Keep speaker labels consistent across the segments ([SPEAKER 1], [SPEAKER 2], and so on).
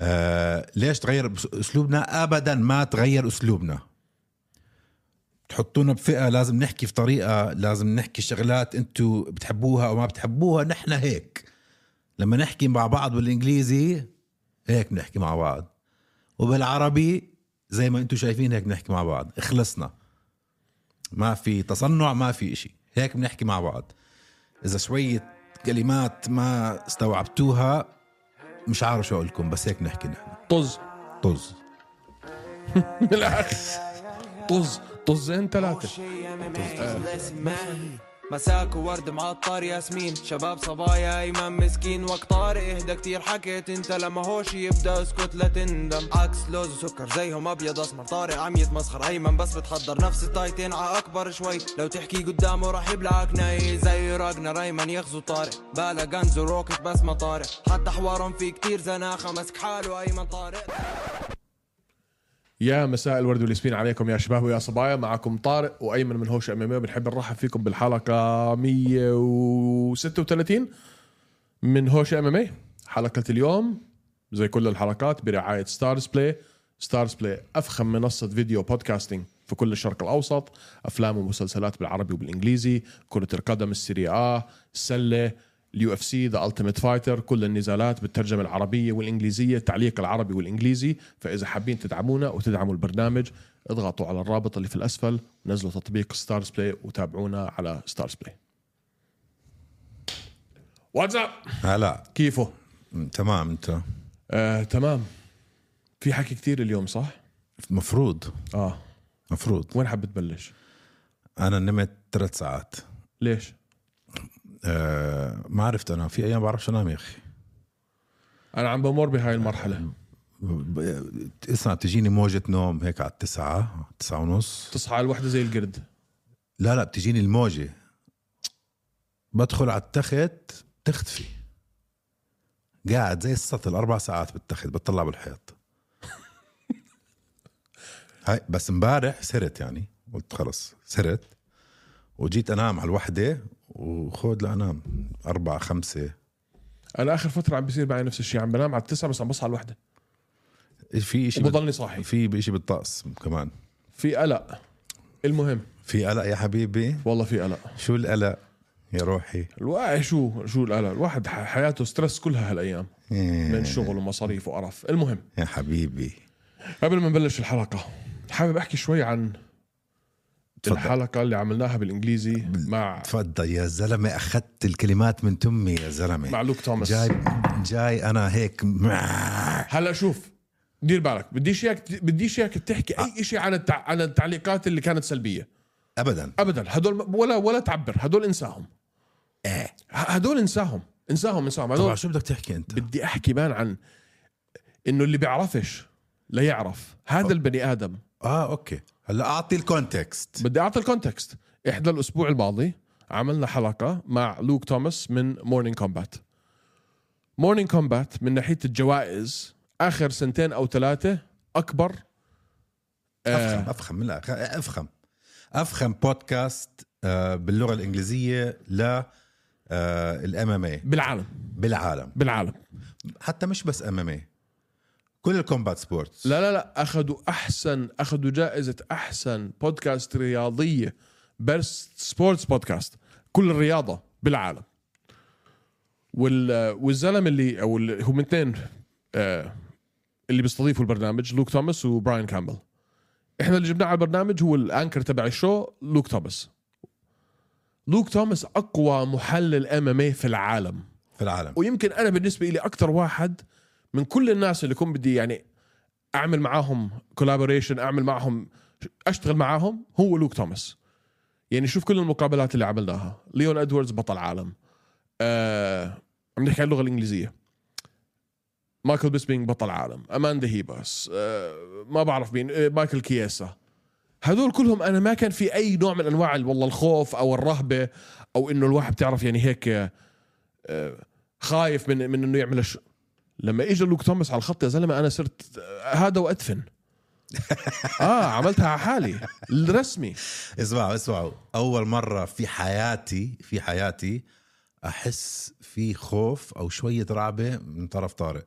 [SPEAKER 1] آه ليش تغير بس- اسلوبنا ابدا ما تغير اسلوبنا تحطونا بفئه لازم نحكي في طريقه لازم نحكي شغلات انتم بتحبوها او ما بتحبوها نحن هيك لما نحكي مع بعض بالانجليزي هيك بنحكي مع بعض وبالعربي زي ما انتم شايفين هيك بنحكي مع بعض خلصنا ما في تصنع ما في إشي هيك بنحكي مع بعض اذا شويه كلمات ما استوعبتوها مش عارف شو اقول لكم بس هيك بنحكي نحن
[SPEAKER 2] طز
[SPEAKER 1] طز
[SPEAKER 2] بالاخر طز طزين ثلاثه
[SPEAKER 3] مساك وورد معطر ياسمين شباب صبايا ايمن مسكين وقت طارق اهدى كتير حكيت انت لما هوش يبدا اسكت لا تندم عكس لوز وسكر زيهم ابيض اسمر طارق عم يتمسخر ايمن بس بتحضر نفس التايتين ع اكبر شوي لو تحكي قدامه راح يبلعك ناي زي راجنا ريمان يغزو طارق بالا غنز وروكت بس ما طارق حتى حوارهم في كتير زناخه مسك حاله ايمن طارق
[SPEAKER 2] يا مساء الورد والياسمين عليكم يا شباب ويا صبايا معكم طارق وايمن من هوش ام ام بنحب نرحب فيكم بالحلقه 136 من هوش ام ام حلقه اليوم زي كل الحلقات برعايه ستارز بلاي ستارز بلاي افخم منصه فيديو بودكاستنج في كل الشرق الاوسط افلام ومسلسلات بالعربي وبالانجليزي كره القدم السيريا آ السله اليو اف سي ذا التيميت فايتر كل النزالات بالترجمه العربيه والانجليزيه التعليق العربي والانجليزي فاذا حابين تدعمونا وتدعموا البرنامج اضغطوا على الرابط اللي في الاسفل ونزلوا تطبيق ستارز بلاي وتابعونا على ستارز بلاي واتساب
[SPEAKER 1] هلا
[SPEAKER 2] كيفه
[SPEAKER 1] م- آه، تمام انت
[SPEAKER 2] آه، تمام في حكي كتير اليوم صح؟
[SPEAKER 1] مفروض
[SPEAKER 2] اه
[SPEAKER 1] مفروض
[SPEAKER 2] وين حابب تبلش؟
[SPEAKER 1] انا نمت ثلاث ساعات
[SPEAKER 2] ليش؟
[SPEAKER 1] أه ما عرفت انا في ايام بعرفش انام يا اخي
[SPEAKER 2] انا عم بمر بهاي المرحله
[SPEAKER 1] ب- ب- اسمع بتجيني موجة نوم هيك على التسعة تسعة ونص
[SPEAKER 2] تصحى الوحده زي القرد
[SPEAKER 1] لا لا بتجيني الموجة بدخل على التخت تختفي قاعد زي السطل أربع ساعات بالتخت بتطلع بالحيط هاي بس امبارح سرت يعني قلت خلص سرت وجيت انام على الوحدة وخود لانام أربعة خمسة
[SPEAKER 2] انا اخر فتره عم بيصير معي نفس الشيء عم بنام على التسعة بس عم بصحى الوحده
[SPEAKER 1] في شيء
[SPEAKER 2] وبضلني صاحي
[SPEAKER 1] في شيء بالطقس كمان
[SPEAKER 2] في قلق المهم
[SPEAKER 1] في قلق يا حبيبي
[SPEAKER 2] والله في قلق
[SPEAKER 1] شو القلق يا روحي
[SPEAKER 2] الواعي شو شو القلق الواحد ح- حياته ستريس كلها هالايام
[SPEAKER 1] إيه.
[SPEAKER 2] من شغل ومصاريف وقرف المهم
[SPEAKER 1] يا حبيبي
[SPEAKER 2] قبل ما نبلش الحلقة حابب أحكي شوي عن
[SPEAKER 1] تفضل.
[SPEAKER 2] الحلقة اللي عملناها بالإنجليزي مع
[SPEAKER 1] تفضل يا زلمه اخذت الكلمات من تمي يا زلمه
[SPEAKER 2] مع لوك توماس
[SPEAKER 1] جاي جاي انا هيك مع-
[SPEAKER 2] هلا شوف دير بالك بديش اياك بديش اياك تحكي اي شيء عن التع... عن التعليقات اللي كانت سلبيه
[SPEAKER 1] ابدا
[SPEAKER 2] ابدا هدول م- ولا ولا تعبر هدول انساهم
[SPEAKER 1] ايه
[SPEAKER 2] ه- هدول انساهم انساهم انساهم
[SPEAKER 1] طبعا
[SPEAKER 2] هدول
[SPEAKER 1] شو بدك تحكي انت
[SPEAKER 2] بدي احكي بان عن انه اللي بيعرفش لا يعرف هذا البني ادم
[SPEAKER 1] اه اوكي هلا اعطي الكونتكست
[SPEAKER 2] بدي اعطي الكونتكست احدى الاسبوع الماضي عملنا حلقه مع لوك توماس من مورنينج كومبات مورنينج كومبات من ناحيه الجوائز اخر سنتين او ثلاثه اكبر آه.
[SPEAKER 1] افخم افخم لا خ- افخم افخم بودكاست آه، باللغه الانجليزيه ل آه، الام ام اي
[SPEAKER 2] بالعالم
[SPEAKER 1] بالعالم
[SPEAKER 2] بالعالم
[SPEAKER 1] حتى مش بس ام ام اي كل الكومبات سبورتس
[SPEAKER 2] لا لا لا اخذوا احسن اخذوا جائزه احسن بودكاست رياضيه بيرست سبورتس بودكاست كل الرياضه بالعالم وال والزلم اللي او اللي هم اثنين آه اللي بيستضيفوا البرنامج لوك توماس وبراين كامبل احنا اللي جبناه على البرنامج هو الانكر تبع الشو لوك توماس لوك توماس اقوى محلل ام ام في العالم
[SPEAKER 1] في العالم
[SPEAKER 2] ويمكن انا بالنسبه لي اكثر واحد من كل الناس اللي كنت بدي يعني اعمل معاهم كولابوريشن اعمل معاهم اشتغل معاهم هو لوك توماس يعني شوف كل المقابلات اللي عملناها ليون ادواردز بطل عالم آه عم نحكي عن اللغه الانجليزيه مايكل بيسبينج بطل عالم اماندا هيباس آه ما بعرف مين آه مايكل كياسا هذول كلهم انا ما كان في اي نوع من انواع ال- والله الخوف او الرهبه او انه الواحد بتعرف يعني هيك آه خايف من من انه يعمل الش... لما اجى لوك توماس على الخط يا زلمه انا صرت آه، هذا وادفن اه عملتها على حالي الرسمي
[SPEAKER 1] اسمعوا اسمعوا اول مره في حياتي في حياتي احس في خوف او شويه رعبه من طرف طارق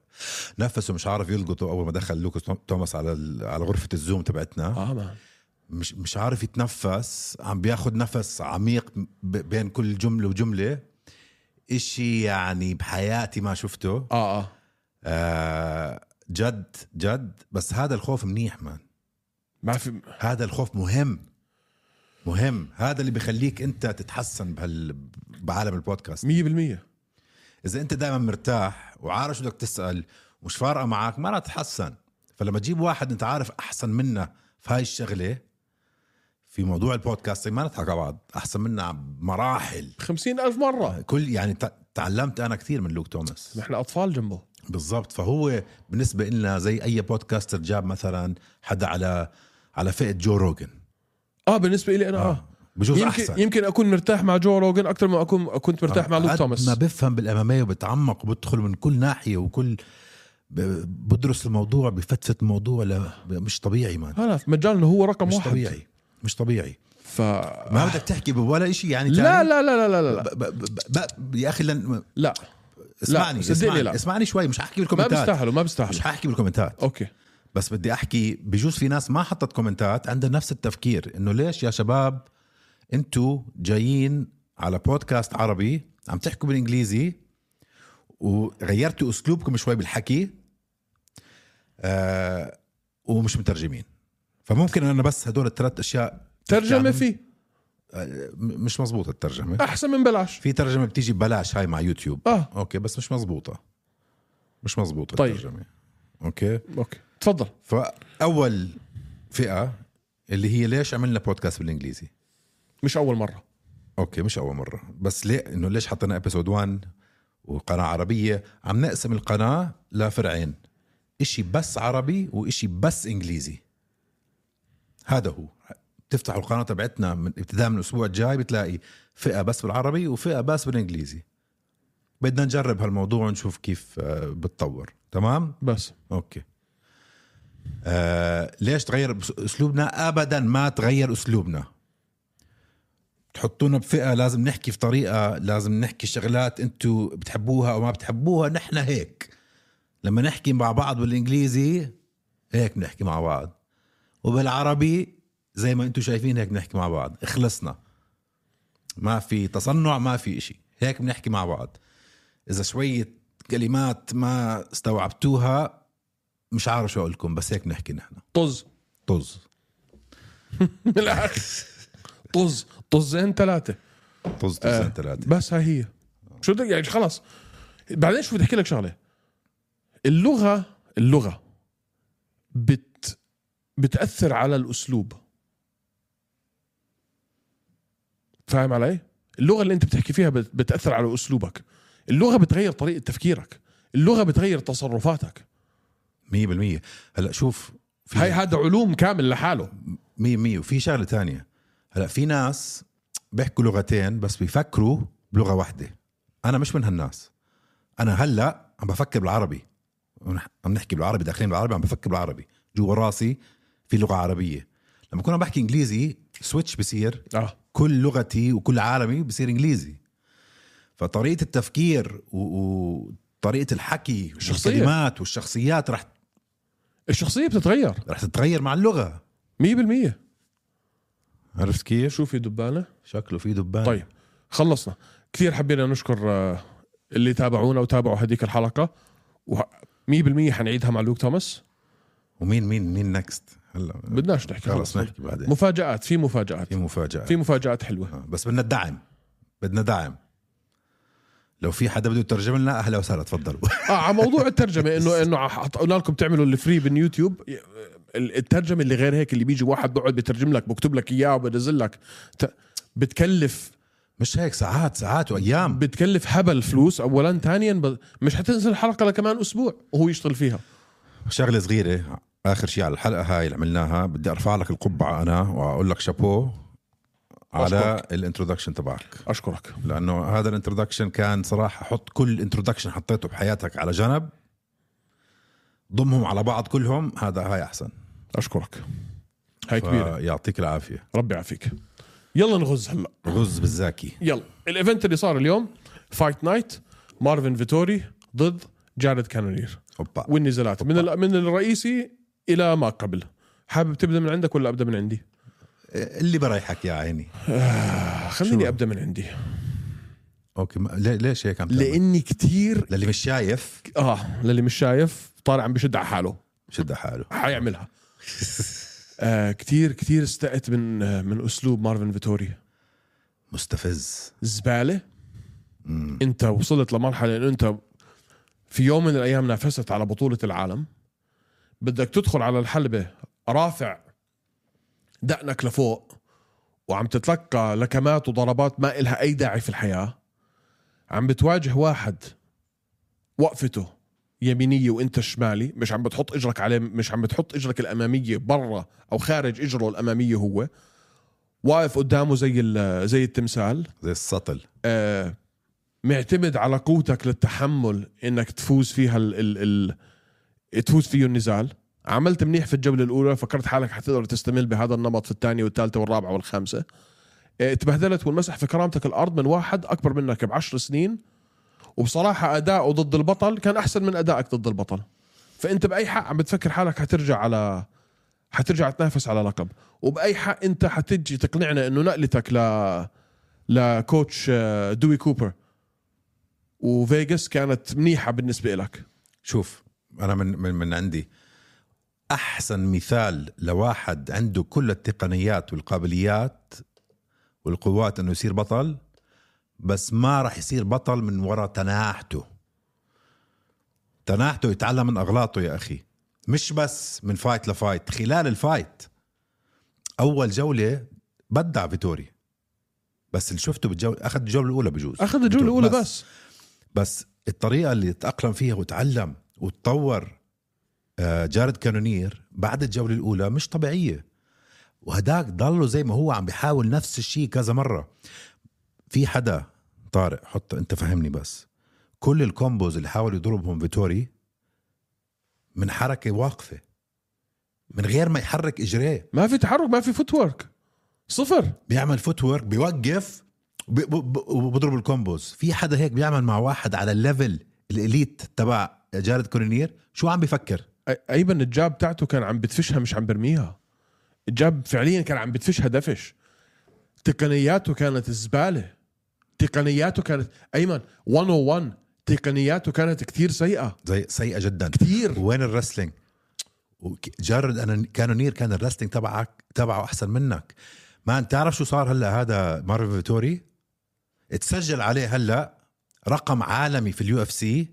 [SPEAKER 1] نفسه مش عارف يلقطه اول ما دخل لوكاس توماس على ال- على غرفه الزوم تبعتنا
[SPEAKER 2] اه مان
[SPEAKER 1] مش مش عارف يتنفس عم بياخد نفس عميق ب- بين كل جمله وجمله اشي يعني بحياتي ما شفته
[SPEAKER 2] اه اه
[SPEAKER 1] آه جد جد بس هذا الخوف منيح مان
[SPEAKER 2] ما في
[SPEAKER 1] هذا الخوف مهم مهم هذا اللي بخليك انت تتحسن بهال بعالم البودكاست
[SPEAKER 2] 100%
[SPEAKER 1] اذا انت دائما مرتاح وعارف شو بدك تسال ومش فارقه معك ما رح تتحسن فلما تجيب واحد انت عارف احسن منا في هاي الشغله في موضوع البودكاست ما نضحك على بعض احسن منا بمراحل
[SPEAKER 2] 50000 مره
[SPEAKER 1] كل يعني تع- تعلمت انا كثير من لوك توماس
[SPEAKER 2] نحن اطفال جنبه
[SPEAKER 1] بالضبط فهو بالنسبه لنا زي اي بودكاستر جاب مثلا حدا على على فئه جو روجن
[SPEAKER 2] اه بالنسبه لي انا اه
[SPEAKER 1] بجوز احسن
[SPEAKER 2] يمكن يمكن اكون مرتاح مع جو روجن اكثر ما اكون كنت مرتاح مع لوك
[SPEAKER 1] قد آه، ما
[SPEAKER 2] توماس
[SPEAKER 1] بفهم بالاماميه وبتعمق وبدخل من كل ناحيه وكل ب- بدرس الموضوع بفتفت الموضوع لا مش طبيعي مان
[SPEAKER 2] هلا مجال هو رقم
[SPEAKER 1] مش
[SPEAKER 2] واحد
[SPEAKER 1] طبيعي مش طبيعي
[SPEAKER 2] ف
[SPEAKER 1] ما بدك تحكي بولا شيء يعني
[SPEAKER 2] آه. لا لا
[SPEAKER 1] تاني؟
[SPEAKER 2] لا لا لا لا
[SPEAKER 1] ب- ب- ب- ب- يا اخي لن...
[SPEAKER 2] لا
[SPEAKER 1] اسمعني
[SPEAKER 2] صدقني
[SPEAKER 1] اسمعني,
[SPEAKER 2] لا.
[SPEAKER 1] اسمعني شوي مش حاحكي
[SPEAKER 2] ما
[SPEAKER 1] بالكومنتات
[SPEAKER 2] بيستاهلوا ما
[SPEAKER 1] مش
[SPEAKER 2] بيستاهلوا
[SPEAKER 1] حاحكي بالكومنتات
[SPEAKER 2] اوكي
[SPEAKER 1] بس بدي احكي بجوز في ناس ما حطت كومنتات عندها نفس التفكير انه ليش يا شباب انتوا جايين على بودكاست عربي عم تحكوا بالانجليزي وغيرتوا اسلوبكم شوي بالحكي آه ومش مترجمين فممكن انا بس هدول الثلاث اشياء
[SPEAKER 2] ترجمه
[SPEAKER 1] يعني
[SPEAKER 2] فيه
[SPEAKER 1] م- مش مزبوطه الترجمه
[SPEAKER 2] احسن من بلاش
[SPEAKER 1] في ترجمه بتيجي ببلاش هاي مع يوتيوب
[SPEAKER 2] اه
[SPEAKER 1] اوكي بس مش مزبوطه مش مزبوطه
[SPEAKER 2] طيب.
[SPEAKER 1] الترجمه اوكي
[SPEAKER 2] اوكي تفضل
[SPEAKER 1] فاول فئه اللي هي ليش عملنا بودكاست بالانجليزي
[SPEAKER 2] مش اول مره
[SPEAKER 1] اوكي مش اول مره بس ليه انه ليش حطينا ابيسود 1 وقناه عربيه عم نقسم القناه لفرعين اشي بس عربي واشي بس انجليزي هذا هو تفتحوا القناه تبعتنا من ابتداء من الاسبوع الجاي بتلاقي فئه بس بالعربي وفئه بس بالانجليزي بدنا نجرب هالموضوع ونشوف كيف آه، بتطور تمام
[SPEAKER 2] بس
[SPEAKER 1] اوكي آه ليش تغير بس- اسلوبنا ابدا ما تغير اسلوبنا تحطونا بفئه لازم نحكي في طريقه لازم نحكي شغلات انتوا بتحبوها او ما بتحبوها نحن هيك لما نحكي مع بعض بالانجليزي هيك بنحكي مع بعض وبالعربي زي ما انتوا شايفين هيك بنحكي مع بعض خلصنا ما في تصنع ما في إشي هيك بنحكي مع بعض اذا شويه كلمات ما استوعبتوها مش عارف شو اقول لكم بس هيك بنحكي نحن
[SPEAKER 2] طز
[SPEAKER 1] طز
[SPEAKER 2] من الاخر طز طزين ثلاثه
[SPEAKER 1] طز
[SPEAKER 2] آه،
[SPEAKER 1] طزين ثلاثه
[SPEAKER 2] بس هاي هي شو بدك يعني خلاص بعدين شو بدي احكي لك شغله اللغه اللغه بت بتاثر على الاسلوب فاهم علي؟ اللغه اللي انت بتحكي فيها بت- بتاثر على اسلوبك اللغه بتغير طريقه تفكيرك اللغه بتغير تصرفاتك
[SPEAKER 1] 100% هلا شوف في
[SPEAKER 2] هاي هذا علوم كامل لحاله
[SPEAKER 1] 100% وفي شغله تانية هلا في ناس بيحكوا لغتين بس بيفكروا بلغه واحده انا مش من هالناس انا هلا عم بفكر بالعربي عم نحكي بالعربي داخلين بالعربي عم بفكر بالعربي جوا راسي في لغه عربيه لما كنا عم بحكي انجليزي سويتش بصير
[SPEAKER 2] اه
[SPEAKER 1] كل لغتي وكل عالمي بصير انجليزي فطريقه التفكير و- وطريقه الحكي
[SPEAKER 2] الشخصية.
[SPEAKER 1] والكلمات والشخصيات رح
[SPEAKER 2] الشخصيه بتتغير
[SPEAKER 1] رح تتغير مع اللغه
[SPEAKER 2] 100%
[SPEAKER 1] عرفت كيف؟
[SPEAKER 2] شو في دبانه
[SPEAKER 1] شكله في دبان
[SPEAKER 2] طيب خلصنا كثير حبينا نشكر آه، اللي تابعونا وتابعوا هذيك الحلقه و 100% حنعيدها مع لوك توماس
[SPEAKER 1] ومين مين مين نكست؟ هلا
[SPEAKER 2] بدناش نحكي
[SPEAKER 1] خلص
[SPEAKER 2] خلص
[SPEAKER 1] نحكي بعدين
[SPEAKER 2] مفاجآت في مفاجآت
[SPEAKER 1] في مفاجاه
[SPEAKER 2] في مفاجآت حلوه
[SPEAKER 1] آه، بس بدنا الدعم بدنا دعم لو في حدا بده يترجم لنا اهلا وسهلا تفضلوا
[SPEAKER 2] اه على موضوع الترجمه انه انه ح- قلنا لكم تعملوا الفري باليوتيوب ي- ال- الترجمه اللي غير هيك اللي بيجي واحد بقعد بيترجم لك بكتب لك اياه وبنزل لك ت- بتكلف
[SPEAKER 1] مش هيك ساعات ساعات وايام
[SPEAKER 2] بتكلف هبل فلوس اولا ثانيا ب- مش حتنزل الحلقه لكمان اسبوع وهو يشتغل فيها
[SPEAKER 1] شغله صغيره اخر شيء على الحلقه هاي اللي عملناها بدي ارفع لك القبعه انا واقول لك شابو على
[SPEAKER 2] أشكرك.
[SPEAKER 1] الانترودكشن تبعك
[SPEAKER 2] اشكرك
[SPEAKER 1] لانه هذا الانترودكشن كان صراحه حط كل انترودكشن حطيته بحياتك على جنب ضمهم على بعض كلهم هذا هاي احسن
[SPEAKER 2] اشكرك هاي كبيره
[SPEAKER 1] يعطيك العافيه
[SPEAKER 2] ربي يعافيك يلا نغز هلا
[SPEAKER 1] غز بالزاكي
[SPEAKER 2] يلا الايفنت اللي صار اليوم فايت نايت مارفن فيتوري ضد جارد كانونير
[SPEAKER 1] اوبا
[SPEAKER 2] والنزالات من ال- من الرئيسي الى ما قبل حابب تبدا من عندك ولا ابدا من عندي؟
[SPEAKER 1] اللي بريحك يا عيني
[SPEAKER 2] خليني
[SPEAKER 1] شو؟
[SPEAKER 2] ابدا من عندي
[SPEAKER 1] اوكي ما- لي- ليش هيك عم تعمل؟
[SPEAKER 2] لاني كثير
[SPEAKER 1] للي مش شايف
[SPEAKER 2] اه للي مش شايف طالع عم بشد على حاله
[SPEAKER 1] شد حاله
[SPEAKER 2] حيعملها آه كثير كثير استقت من آه، من اسلوب مارفن فيتوري
[SPEAKER 1] مستفز
[SPEAKER 2] زباله
[SPEAKER 1] مم.
[SPEAKER 2] انت وصلت لمرحله انه انت في يوم من الايام نافست على بطوله العالم بدك تدخل على الحلبه رافع دقنك لفوق وعم تتلقى لكمات وضربات ما إلها اي داعي في الحياه عم بتواجه واحد وقفته يمينيه وانت شمالي مش عم بتحط اجرك عليه مش عم بتحط اجرك الاماميه برا او خارج اجره الاماميه هو واقف قدامه زي ال- زي التمثال
[SPEAKER 1] زي السطل
[SPEAKER 2] آه، معتمد على قوتك للتحمل انك تفوز فيها ال ال ال تفوز فيه النزال عملت منيح في الجوله الاولى فكرت حالك حتقدر تستمل بهذا النمط في الثانيه والثالثه والرابعه والخامسه آه، تبهدلت والمسح في كرامتك الارض من واحد اكبر منك بعشر سنين وبصراحه اداؤه ضد البطل كان احسن من ادائك ضد البطل فانت باي حق عم بتفكر حالك حترجع على حترجع تنافس على لقب وباي حق انت حتجي تقنعنا انه نقلتك ل لكوتش آه، دوي كوبر وفيجاس كانت منيحه بالنسبه لك
[SPEAKER 1] شوف انا من من من عندي احسن مثال لواحد عنده كل التقنيات والقابليات والقوات انه يصير بطل بس ما راح يصير بطل من وراء تناحته تناحته يتعلم من اغلاطه يا اخي مش بس من فايت لفايت خلال الفايت اول جوله بدع فيتوري بس اللي شفته بالجوله اخذ الجوله الاولى بجوز
[SPEAKER 2] اخذ الجوله الاولى بس, بس.
[SPEAKER 1] بس الطريقه اللي تاقلم فيها وتعلم وتطور آه، جارد كانونير بعد الجوله الاولى مش طبيعيه وهداك ضله زي ما هو عم بيحاول نفس الشيء كذا مره في حدا طارق حط انت فهمني بس كل الكومبوز اللي حاول يضربهم فيتوري من حركه واقفه من غير ما يحرك اجريه
[SPEAKER 2] ما في تحرك ما في فوت ورك صفر
[SPEAKER 1] بيعمل فوت ورك بيوقف وب- ب- ب- وبضرب الكومبوز في حدا هيك بيعمل مع واحد على الليفل الاليت تبع جارد كورنير شو عم بفكر
[SPEAKER 2] أي- ايضا الجاب تاعته كان عم بتفشها مش عم برميها الجاب فعليا كان عم بتفشها دفش تقنياته كانت زباله تقنياته كانت ايمن 101 تقنياته كانت كثير سيئه
[SPEAKER 1] زي سيئه جدا
[SPEAKER 2] كثير
[SPEAKER 1] وين الرسلينج وك- جارد انا كانونير كان الرسلينج تبعك تبعه احسن منك ما انت تعرف شو صار هلا هذا مارفن فيتوري تسجل عليه هلا رقم عالمي في اليو اف سي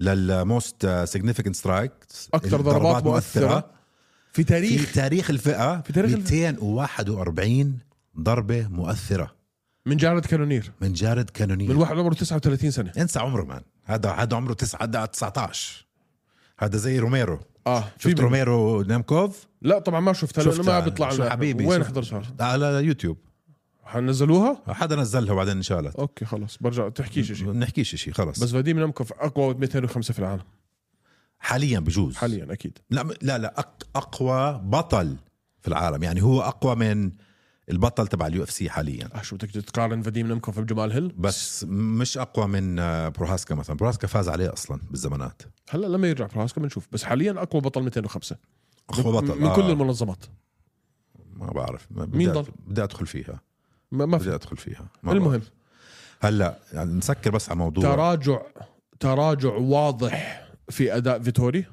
[SPEAKER 1] للموست سيجنيفيكنت سترايك
[SPEAKER 2] اكثر ضربات مؤثره في
[SPEAKER 1] في
[SPEAKER 2] تاريخ
[SPEAKER 1] تاريخ الفئه في
[SPEAKER 2] تاريخ
[SPEAKER 1] تاريخ
[SPEAKER 2] الفئة.
[SPEAKER 1] 241 ضربه مؤثره
[SPEAKER 2] من جارد كانونير
[SPEAKER 1] من جارد كانونير
[SPEAKER 2] من واحد عمره 39 سنه
[SPEAKER 1] انسى عمره مان هذا هذا عمره تسعة هذا 19 هذا زي روميرو
[SPEAKER 2] اه في
[SPEAKER 1] شفت
[SPEAKER 2] من-
[SPEAKER 1] روميرو نيمكوف
[SPEAKER 2] لا طبعا ما شفتها لانه
[SPEAKER 1] شفتها.
[SPEAKER 2] ما بيطلع
[SPEAKER 1] شو
[SPEAKER 2] لنا
[SPEAKER 1] حبيبي،
[SPEAKER 2] وين
[SPEAKER 1] شفت.
[SPEAKER 2] احضر صار
[SPEAKER 1] على يوتيوب
[SPEAKER 2] حنزلوها
[SPEAKER 1] حدا نزلها وبعدين انشالت
[SPEAKER 2] اوكي خلص برجع تحكيش شيء
[SPEAKER 1] ما بنحكيش شيء خلص
[SPEAKER 2] بس
[SPEAKER 1] بس
[SPEAKER 2] فاديم نمكوف اقوى 205 في العالم
[SPEAKER 1] حاليا بجوز
[SPEAKER 2] حاليا اكيد
[SPEAKER 1] لا م- لا لا أق- اقوى بطل في العالم يعني هو اقوى من البطل تبع اليو اف سي حاليا
[SPEAKER 2] آه شو بدك تقارن فاديم نمكوف بجمال هيل
[SPEAKER 1] بس مش اقوى من آه، بروهاسكا مثلا بروهاسكا فاز عليه اصلا بالزمانات
[SPEAKER 2] هلا لما يرجع براسكم بنشوف بس حاليا اقوى بطل 205
[SPEAKER 1] اقوى
[SPEAKER 2] من-
[SPEAKER 1] بطل
[SPEAKER 2] من كل
[SPEAKER 1] آه.
[SPEAKER 2] المنظمات
[SPEAKER 1] ما بعرف ما
[SPEAKER 2] مين
[SPEAKER 1] بدي
[SPEAKER 2] ضل؟
[SPEAKER 1] بدي ادخل فيها
[SPEAKER 2] ما, ما في
[SPEAKER 1] بدي ادخل فيها ما
[SPEAKER 2] المهم
[SPEAKER 1] بعرف. هلا يعني نسكر بس على موضوع
[SPEAKER 2] تراجع تراجع واضح في اداء فيتوري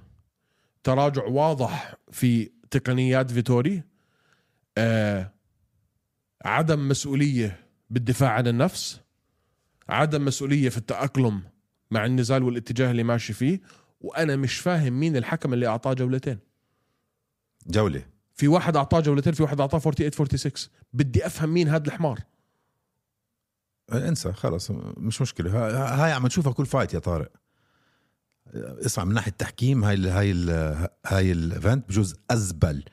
[SPEAKER 2] تراجع واضح في تقنيات فيتوري آه عدم مسؤوليه بالدفاع عن النفس عدم مسؤوليه في التاقلم مع النزال والاتجاه اللي ماشي فيه وانا مش فاهم مين الحكم اللي اعطاه جولتين
[SPEAKER 1] جوله
[SPEAKER 2] في واحد اعطاه جولتين في واحد اعطاه 48 46 بدي افهم مين هذا الحمار
[SPEAKER 1] آه، انسى خلص مش مشكله ها- هاي عم نشوفها كل فايت يا طارق آه، اسمع من ناحيه التحكيم هاي ال هاي ال هاي الايفنت بجوز ازبل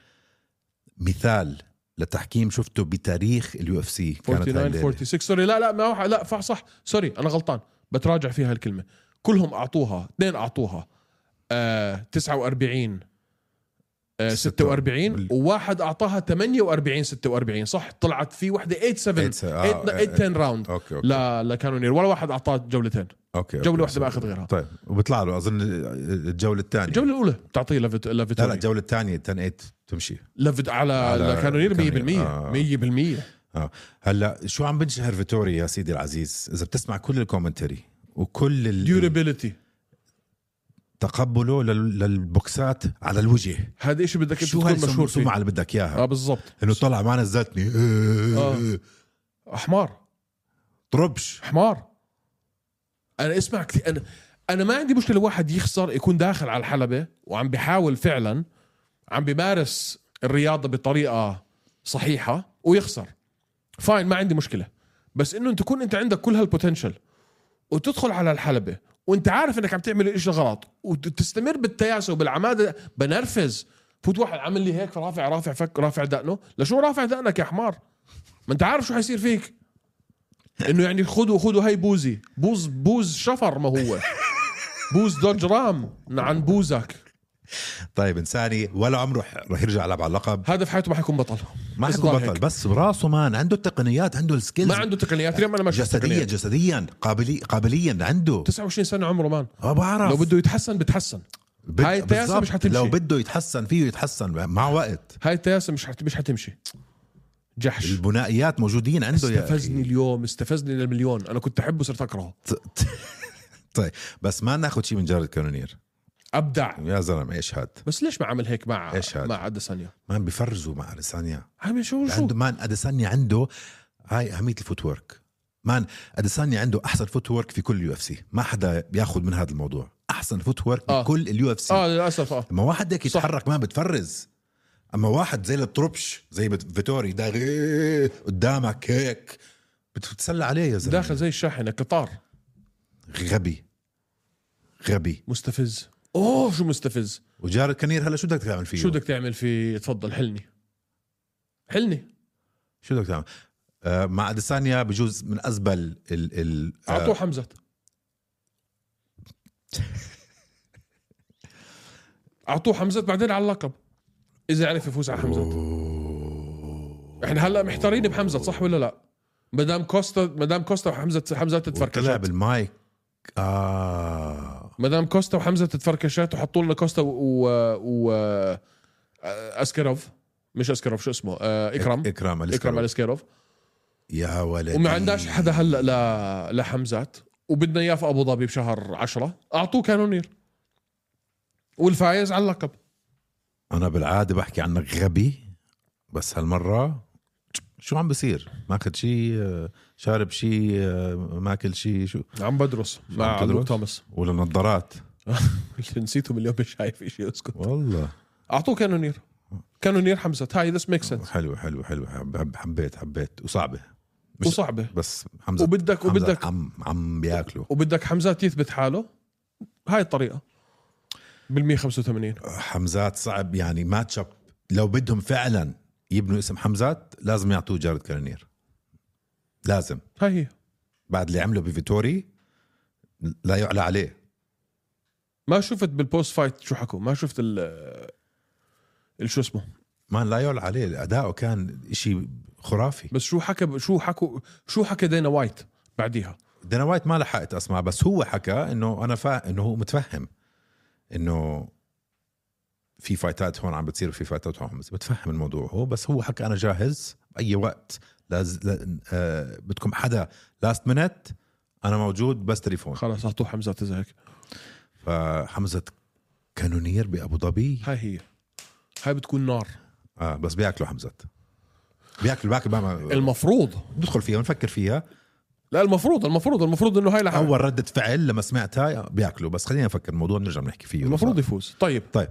[SPEAKER 1] مثال لتحكيم شفته بتاريخ اليو اف سي كانت هاي
[SPEAKER 2] 49
[SPEAKER 1] الليلة.
[SPEAKER 2] 46 سوري لا لا ما هو- لا صح صح سوري انا غلطان بتراجع فيها الكلمه كلهم اعطوها اثنين اعطوها آه 49 آه، 46 وواحد اعطاها 48 46 صح طلعت في وحده 8 7
[SPEAKER 1] 8 آه،
[SPEAKER 2] 8 8 10 راوند
[SPEAKER 1] اوكي اوكي
[SPEAKER 2] لا لكانونير ولا واحد اعطاه جولتين
[SPEAKER 1] اوكي
[SPEAKER 2] جوله
[SPEAKER 1] أوكي.
[SPEAKER 2] واحده باخذ غيرها
[SPEAKER 1] طيب وبيطلع له اظن الجوله الثانيه
[SPEAKER 2] الجوله الاولى بتعطيه لفت
[SPEAKER 1] لا لا
[SPEAKER 2] لفت
[SPEAKER 1] الجوله الثانيه 10 8 تمشي
[SPEAKER 2] لفت على
[SPEAKER 1] على
[SPEAKER 2] لكانونير
[SPEAKER 1] كانونير. آه.
[SPEAKER 2] 100% 100%
[SPEAKER 1] اه هلا شو عم بنشهر فيتوريا يا سيدي العزيز اذا بتسمع كل الكومنتري وكل ال-
[SPEAKER 2] ديورابيلتي
[SPEAKER 1] تقبله لل- للبوكسات على الوجه
[SPEAKER 2] هذا شيء بدك انت
[SPEAKER 1] شو
[SPEAKER 2] تكون مشهور
[SPEAKER 1] هالسمعه
[SPEAKER 2] فيه
[SPEAKER 1] اللي بدك اياها
[SPEAKER 2] اه بالضبط
[SPEAKER 1] انه طلع ما نزلتني
[SPEAKER 2] آه. حمار
[SPEAKER 1] طربش
[SPEAKER 2] حمار انا اسمع كثير انا انا ما عندي مشكله واحد يخسر يكون داخل على الحلبه وعم بيحاول فعلا عم بيمارس الرياضه بطريقه صحيحه ويخسر فاين ما عندي مشكله بس انه انت تكون انت عندك كل هالبوتنشل وتدخل على الحلبه وانت عارف انك عم تعمل الشيء غلط وتستمر بالتياسه وبالعماده بنرفز فوت واحد عامل لي هيك رافع رافع فك رافع دقنه لشو رافع دقنك يا حمار ما انت عارف شو حيصير فيك انه يعني خذوا خذوا هاي بوزي بوز بوز شفر ما هو بوز دوج رام عن بوزك
[SPEAKER 1] طيب انساني ولا عمره ح- رح يرجع يلعب على اللقب
[SPEAKER 2] هذا في حياته ما حيكون بطل
[SPEAKER 1] ما حيكون
[SPEAKER 2] إصدار
[SPEAKER 1] بطل
[SPEAKER 2] هيك.
[SPEAKER 1] بس براسه مان عنده التقنيات عنده السكيلز
[SPEAKER 2] ما عنده تقنيات اليوم انا ما شفت
[SPEAKER 1] جسديا
[SPEAKER 2] تقنيات.
[SPEAKER 1] جسديا قابلي قابليا عنده
[SPEAKER 2] 29 سنه عمره مان
[SPEAKER 1] ما بعرف
[SPEAKER 2] لو بده يتحسن بتحسن
[SPEAKER 1] بد-
[SPEAKER 2] هاي التياسة
[SPEAKER 1] بالظبط.
[SPEAKER 2] مش حتمشي.
[SPEAKER 1] لو بده يتحسن فيه يتحسن مع وقت
[SPEAKER 2] هاي التياسه مش حت... مش حتمشي جحش
[SPEAKER 1] البنائيات موجودين عنده يا أخي.
[SPEAKER 2] استفزني اليوم استفزني للمليون انا كنت احبه صرت اكرهه
[SPEAKER 1] طيب بس ما ناخذ شيء من جارد كانونير
[SPEAKER 2] ابدع
[SPEAKER 1] يا زلمه ايش هاد
[SPEAKER 2] بس ليش ما عمل هيك مع
[SPEAKER 1] إيش هاد؟
[SPEAKER 2] مع اديسانيا
[SPEAKER 1] مان بفرزوا مع اديسانيا
[SPEAKER 2] عامل شو شو
[SPEAKER 1] عنده مان اديسانيا عنده هاي اهميه الفوت ورك مان اديسانيا عنده احسن فوت ورك في كل اليو اف سي ما حدا بياخذ من هذا الموضوع احسن فوت ورك
[SPEAKER 2] آه.
[SPEAKER 1] آه. بكل اليو اف سي
[SPEAKER 2] اه للاسف اه
[SPEAKER 1] اما واحد هيك
[SPEAKER 2] صح.
[SPEAKER 1] يتحرك ما بتفرز اما واحد زي الطربش زي بت- فيتوري ده غي- قدامك هيك بتتسلى عليه يا زلمه
[SPEAKER 2] داخل زي الشاحنه قطار
[SPEAKER 1] غبي غبي
[SPEAKER 2] مستفز اوه شو مستفز
[SPEAKER 1] وجارد كنير هلا شو بدك تعمل فيه
[SPEAKER 2] شو بدك تعمل في تفضل حلني حلني
[SPEAKER 1] شو بدك تعمل آه، مع اديسانيا بجوز من ازبل ال ال
[SPEAKER 2] اعطوه
[SPEAKER 1] آه،
[SPEAKER 2] حمزه اعطوه حمزه بعدين على اللقب اذا عرف يفوز على حمزه احنا هلا محتارين بحمزه صح ولا لا مدام كوستا مدام كوستا وحمزه حمزه
[SPEAKER 1] طلع
[SPEAKER 2] تتفركشات
[SPEAKER 1] بالمايك اه
[SPEAKER 2] مدام كوستا وحمزه تتفركشات وحطوا لنا كوستا و, و... و... اسكروف مش اسكروف شو اسمه آه، اكرم
[SPEAKER 1] اكرام
[SPEAKER 2] اكرم
[SPEAKER 1] الاكرام
[SPEAKER 2] الاسكيروف
[SPEAKER 1] يا ولد
[SPEAKER 2] وما عندناش حدا هلا ل... لحمزات وبدنا اياه في ابو ظبي بشهر عشرة اعطوه كانونير والفايز على اللقب
[SPEAKER 1] انا بالعاده بحكي عنك غبي بس هالمره شو عم بصير ماخذ شيء آه، شارب شيء آه، ماكل شيء شو
[SPEAKER 2] عم بدرس
[SPEAKER 1] عم
[SPEAKER 2] مع
[SPEAKER 1] تدرس؟
[SPEAKER 2] لوك توماس
[SPEAKER 1] ولا نظارات
[SPEAKER 2] نسيتهم اليوم مش شايف شيء اسكت
[SPEAKER 1] والله
[SPEAKER 2] اعطوه كانونير كانونير حمزه هاي ذس ميك سنس
[SPEAKER 1] حلو حلو حلو حب- حب- حبيت حبيت وصعبه مش-
[SPEAKER 2] وصعبه
[SPEAKER 1] بس حمزه
[SPEAKER 2] وبدك
[SPEAKER 1] حمزة
[SPEAKER 2] وبدك
[SPEAKER 1] عم عم بياكلوا
[SPEAKER 2] وبدك حمزات يثبت حاله هاي الطريقه بال 185
[SPEAKER 1] حمزات صعب يعني ماتش اب لو بدهم فعلا يبنوا اسم حمزات لازم يعطوه جارد كارنير لازم
[SPEAKER 2] هاي هي
[SPEAKER 1] بعد اللي عمله بفيتوري لا يعلى عليه
[SPEAKER 2] ما شفت بالبوست فايت شو حكوا ما شفت ال ال- شو اسمه
[SPEAKER 1] ما لا يعلى عليه اداؤه كان شيء خرافي
[SPEAKER 2] بس شو حكى شو حكوا شو حكى دينا وايت بعديها
[SPEAKER 1] دينا وايت ما لحقت اسمع بس هو حكى انه انا فا انه هو متفهم انه في فايتات هون عم بتصير وفي فايتات هون عم بتصير بتفهم الموضوع هو بس هو حكى انا جاهز باي وقت لاز... لا... آه... بدكم حدا لاست مينت انا موجود بس تليفون
[SPEAKER 2] خلاص اعطوه حمزه اذا هيك
[SPEAKER 1] فحمزه كانونير بابو ظبي
[SPEAKER 2] هاي هي هاي بتكون نار
[SPEAKER 1] اه بس بياكلوا حمزه بياكلوا باكل ما
[SPEAKER 2] المفروض
[SPEAKER 1] ندخل فيها ونفكر فيها
[SPEAKER 2] لا المفروض المفروض المفروض انه هاي لحق
[SPEAKER 1] اول رده فعل لما سمعتها بياكلوا بس خلينا نفكر الموضوع بنرجع بنحكي فيه
[SPEAKER 2] المفروض يفوز طيب
[SPEAKER 1] طيب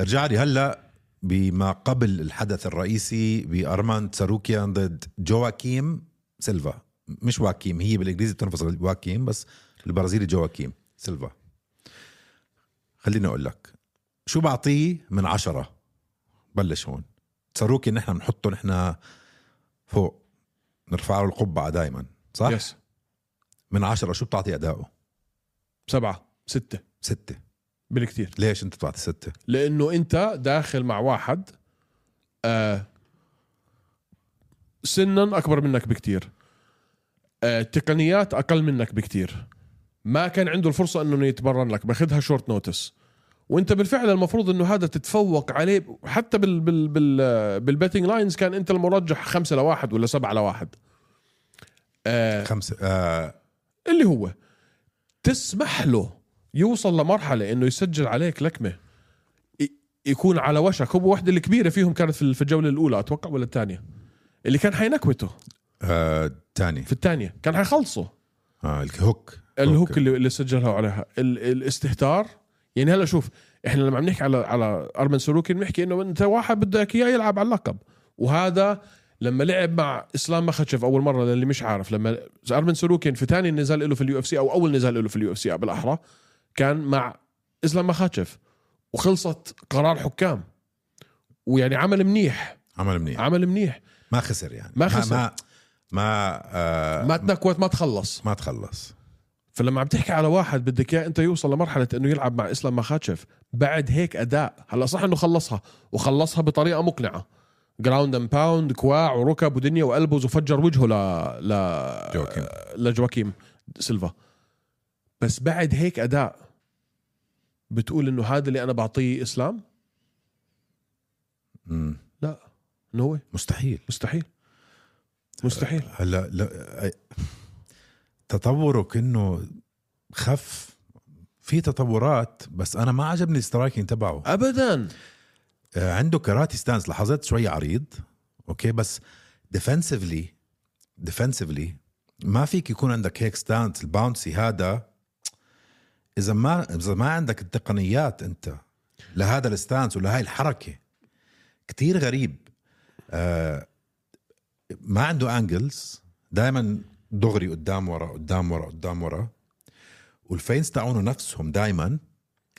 [SPEAKER 1] ارجع لي هلا بما قبل الحدث الرئيسي بارمان تساروكيان ضد جواكيم سيلفا مش واكيم هي بالانجليزي بتنفس واكيم بس بالبرازيلي جواكيم سيلفا خليني اقول لك شو بعطيه من عشرة بلش هون تساروكي نحن بنحطه نحن فوق نرفع له القبعه دائما صح yes.
[SPEAKER 2] يس
[SPEAKER 1] من عشرة شو بتعطي اداؤه
[SPEAKER 2] سبعه سته
[SPEAKER 1] ستة
[SPEAKER 2] بالكثير
[SPEAKER 1] ليش انت طلعت ستة
[SPEAKER 2] لانه انت داخل مع واحد آه سنا اكبر منك بكتير آه تقنيات اقل منك بكتير ما كان عنده الفرصه انه يتمرن لك باخذها شورت نوتس وانت بالفعل المفروض انه هذا تتفوق عليه حتى بال بال بال بالبيتنج لاينز كان انت المرجح خمسة لواحد ولا سبعة لواحد آه
[SPEAKER 1] خمسة آه
[SPEAKER 2] اللي هو تسمح له يوصل لمرحله انه يسجل عليك لكمه ي- يكون على وشك هو واحدة الكبيره فيهم كانت في في الجوله الاولى اتوقع ولا الثانيه اللي كان حينكوته
[SPEAKER 1] آه تاني
[SPEAKER 2] في الثانيه كان حيخلصه
[SPEAKER 1] آه الهوك
[SPEAKER 2] الهوك اللي, اللي سجلها عليها ال... الاستهتار يعني هلا شوف احنا لما عم نحكي على على ارمن سلوكي بنحكي انه انت واحد بدك اياه يلعب على اللقب وهذا لما لعب مع اسلام مخاتشف اول مره للي مش عارف لما ارمن سلوكين في ثاني نزال له في اليو اف سي او اول نزال له في اليو اف سي بالاحرى كان مع اسلام مخاتشف وخلصت قرار حكام ويعني عمل منيح
[SPEAKER 1] عمل منيح
[SPEAKER 2] عمل منيح
[SPEAKER 1] ما خسر يعني
[SPEAKER 2] آه. ما خسر.
[SPEAKER 1] ما ما, آه
[SPEAKER 2] ما تنكوت ما تخلص
[SPEAKER 1] ما تخلص
[SPEAKER 2] فلما عم تحكي على واحد بدك اياه انت يوصل لمرحله انه يلعب مع اسلام مخاتشف بعد هيك اداء هلا صح انه خلصها وخلصها بطريقه مقنعه جراوند اند باوند كواع وركب ودنيا والبوز وفجر وجهه ل ل
[SPEAKER 1] جوكيم
[SPEAKER 2] لجواكيم سيلفا بس بعد هيك اداء بتقول انه هذا اللي انا بعطيه اسلام
[SPEAKER 1] مم.
[SPEAKER 2] لا انه هو
[SPEAKER 1] مستحيل
[SPEAKER 2] مستحيل مستحيل
[SPEAKER 1] هلا لا أي- تطورك انه خف في تطورات بس انا ما عجبني السترايكنج تبعه
[SPEAKER 2] ابدا
[SPEAKER 1] آه، عنده كاراتي ستانس لاحظت شوي عريض اوكي بس ديفنسفلي ديفنسفلي ما فيك يكون عندك هيك ستانس الباونسي هذا اذا ما اذا ما عندك التقنيات انت لهذا الستانس ولهاي الحركه كتير غريب آه ما عنده انجلز دائما دغري قدام ورا قدام ورا قدام ورا والفينز تاعونه نفسهم دائما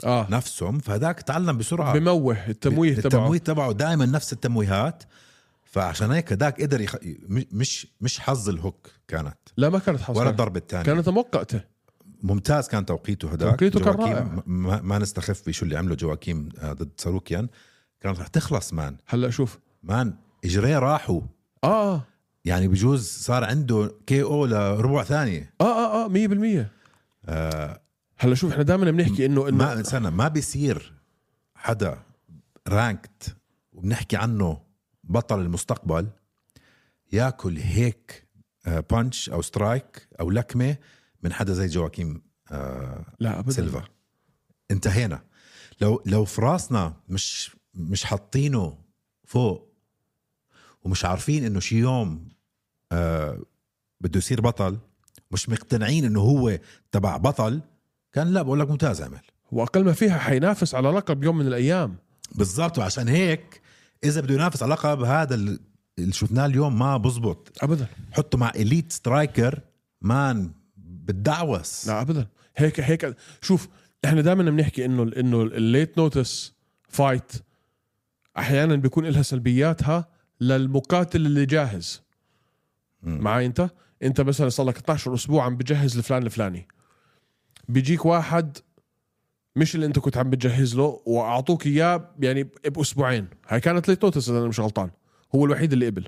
[SPEAKER 2] اه
[SPEAKER 1] نفسهم فهذاك تعلم بسرعه
[SPEAKER 2] بموه التمويه تبعه
[SPEAKER 1] التمويه تبعه دائما نفس التمويهات فعشان هيك داك قدر يخ... م- مش مش حظ الهوك كانت
[SPEAKER 2] لا ما كانت حصل
[SPEAKER 1] ولا الضربة الثانية كان...
[SPEAKER 2] كانت مؤقته
[SPEAKER 1] ممتاز كان توقيته هداك
[SPEAKER 2] توقيته كان
[SPEAKER 1] جواكيم
[SPEAKER 2] رائع.
[SPEAKER 1] ما, ما نستخف بشو اللي عمله جواكيم آه، ضد ساروكيان كانت رح تخلص مان
[SPEAKER 2] هلا شوف
[SPEAKER 1] مان اجريه راحوا
[SPEAKER 2] اه اه
[SPEAKER 1] يعني بجوز صار عنده كي او لربع ثانية
[SPEAKER 2] اه اه 100% هلا شوف احنا دائما بنحكي انه انه
[SPEAKER 1] آه، ما سنة ما بيصير حدا رانكت وبنحكي عنه بطل المستقبل ياكل هيك آه، بانش او سترايك او لكمه من حدا زي جواكيم آه،
[SPEAKER 2] لا ابدا
[SPEAKER 1] سيلفا انتهينا لو لو في راسنا مش مش حاطينه فوق ومش عارفين انه شي يوم آه، بده يصير بطل مش مقتنعين انه هو تبع بطل كان لا بقول لك ممتاز عمل
[SPEAKER 2] واقل ما فيها حينافس على لقب يوم من الايام
[SPEAKER 1] بالضبط وعشان هيك اذا بده ينافس على لقب هذا ال- اللي شفناه اليوم ما بزبط
[SPEAKER 2] ابدا
[SPEAKER 1] حطه مع اليت سترايكر مان بتدعوس
[SPEAKER 2] لا ابدا هيك هيك شوف احنا دائما بنحكي انه انه الليت نوتس فايت احيانا بيكون لها سلبياتها للمقاتل اللي جاهز
[SPEAKER 1] مم.
[SPEAKER 2] معي انت انت مثلا صار لك 12 اسبوع عم بجهز لفلان الفلاني بيجيك واحد مش اللي انت كنت عم بتجهز له واعطوك اياه يعني باسبوعين هاي كانت ليت نوتس اذا انا مش غلطان هو الوحيد اللي قبل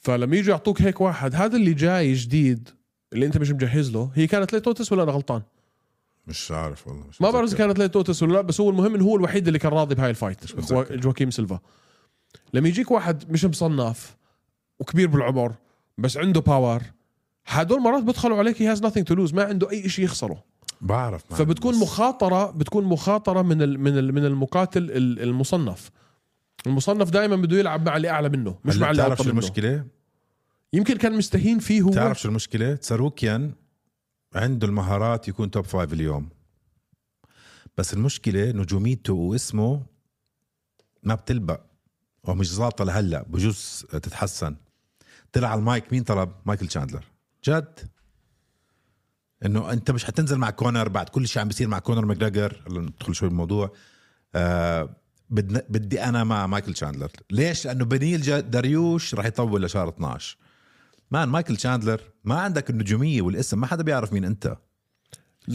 [SPEAKER 2] فلما يجوا يعطوك هيك واحد هذا اللي جاي جديد اللي انت مش مجهز له هي كانت ليت نوتس ولا انا غلطان
[SPEAKER 1] مش عارف والله مش
[SPEAKER 2] ما بعرف اذا
[SPEAKER 1] متذكر.
[SPEAKER 2] كانت ليت نوتس ولا لا بس هو المهم انه هو الوحيد اللي كان راضي بهاي الفايت هو
[SPEAKER 1] متذكر.
[SPEAKER 2] جواكيم سيلفا لما يجيك واحد مش مصنف وكبير بالعمر بس عنده باور هدول مرات بيدخلوا عليك هي هاز nothing تو لوز ما عنده اي شيء يخسره
[SPEAKER 1] بعرف مان،
[SPEAKER 2] فبتكون
[SPEAKER 1] بس-
[SPEAKER 2] مخاطره بتكون مخاطره من ال من ال من المقاتل ال- المصنف المصنف دائما بده يلعب مع اللي اعلى منه مش
[SPEAKER 1] هلا
[SPEAKER 2] مع اللي
[SPEAKER 1] بتعرف
[SPEAKER 2] اقل
[SPEAKER 1] شو
[SPEAKER 2] منه
[SPEAKER 1] المشكله؟
[SPEAKER 2] يمكن كان مستهين فيه هو
[SPEAKER 1] بتعرف شو المشكله؟ تساروكيان عنده المهارات يكون توب فايف اليوم بس المشكله نجوميته واسمه ما بتلبق ومش ظابطه لهلا بجوز تتحسن طلع على المايك مين طلب؟ مايكل تشاندلر جد انه انت مش حتنزل مع كونر بعد كل شيء عم بيصير مع كونر ماجريجر هلا ندخل شوي بالموضوع آه بدنا- بدي انا مع مايكل تشاندلر ليش لانه بنيل جا- داريوش راح يطول لشهر 12 مان مايكل تشاندلر ما عندك النجوميه والاسم ما حدا بيعرف مين انت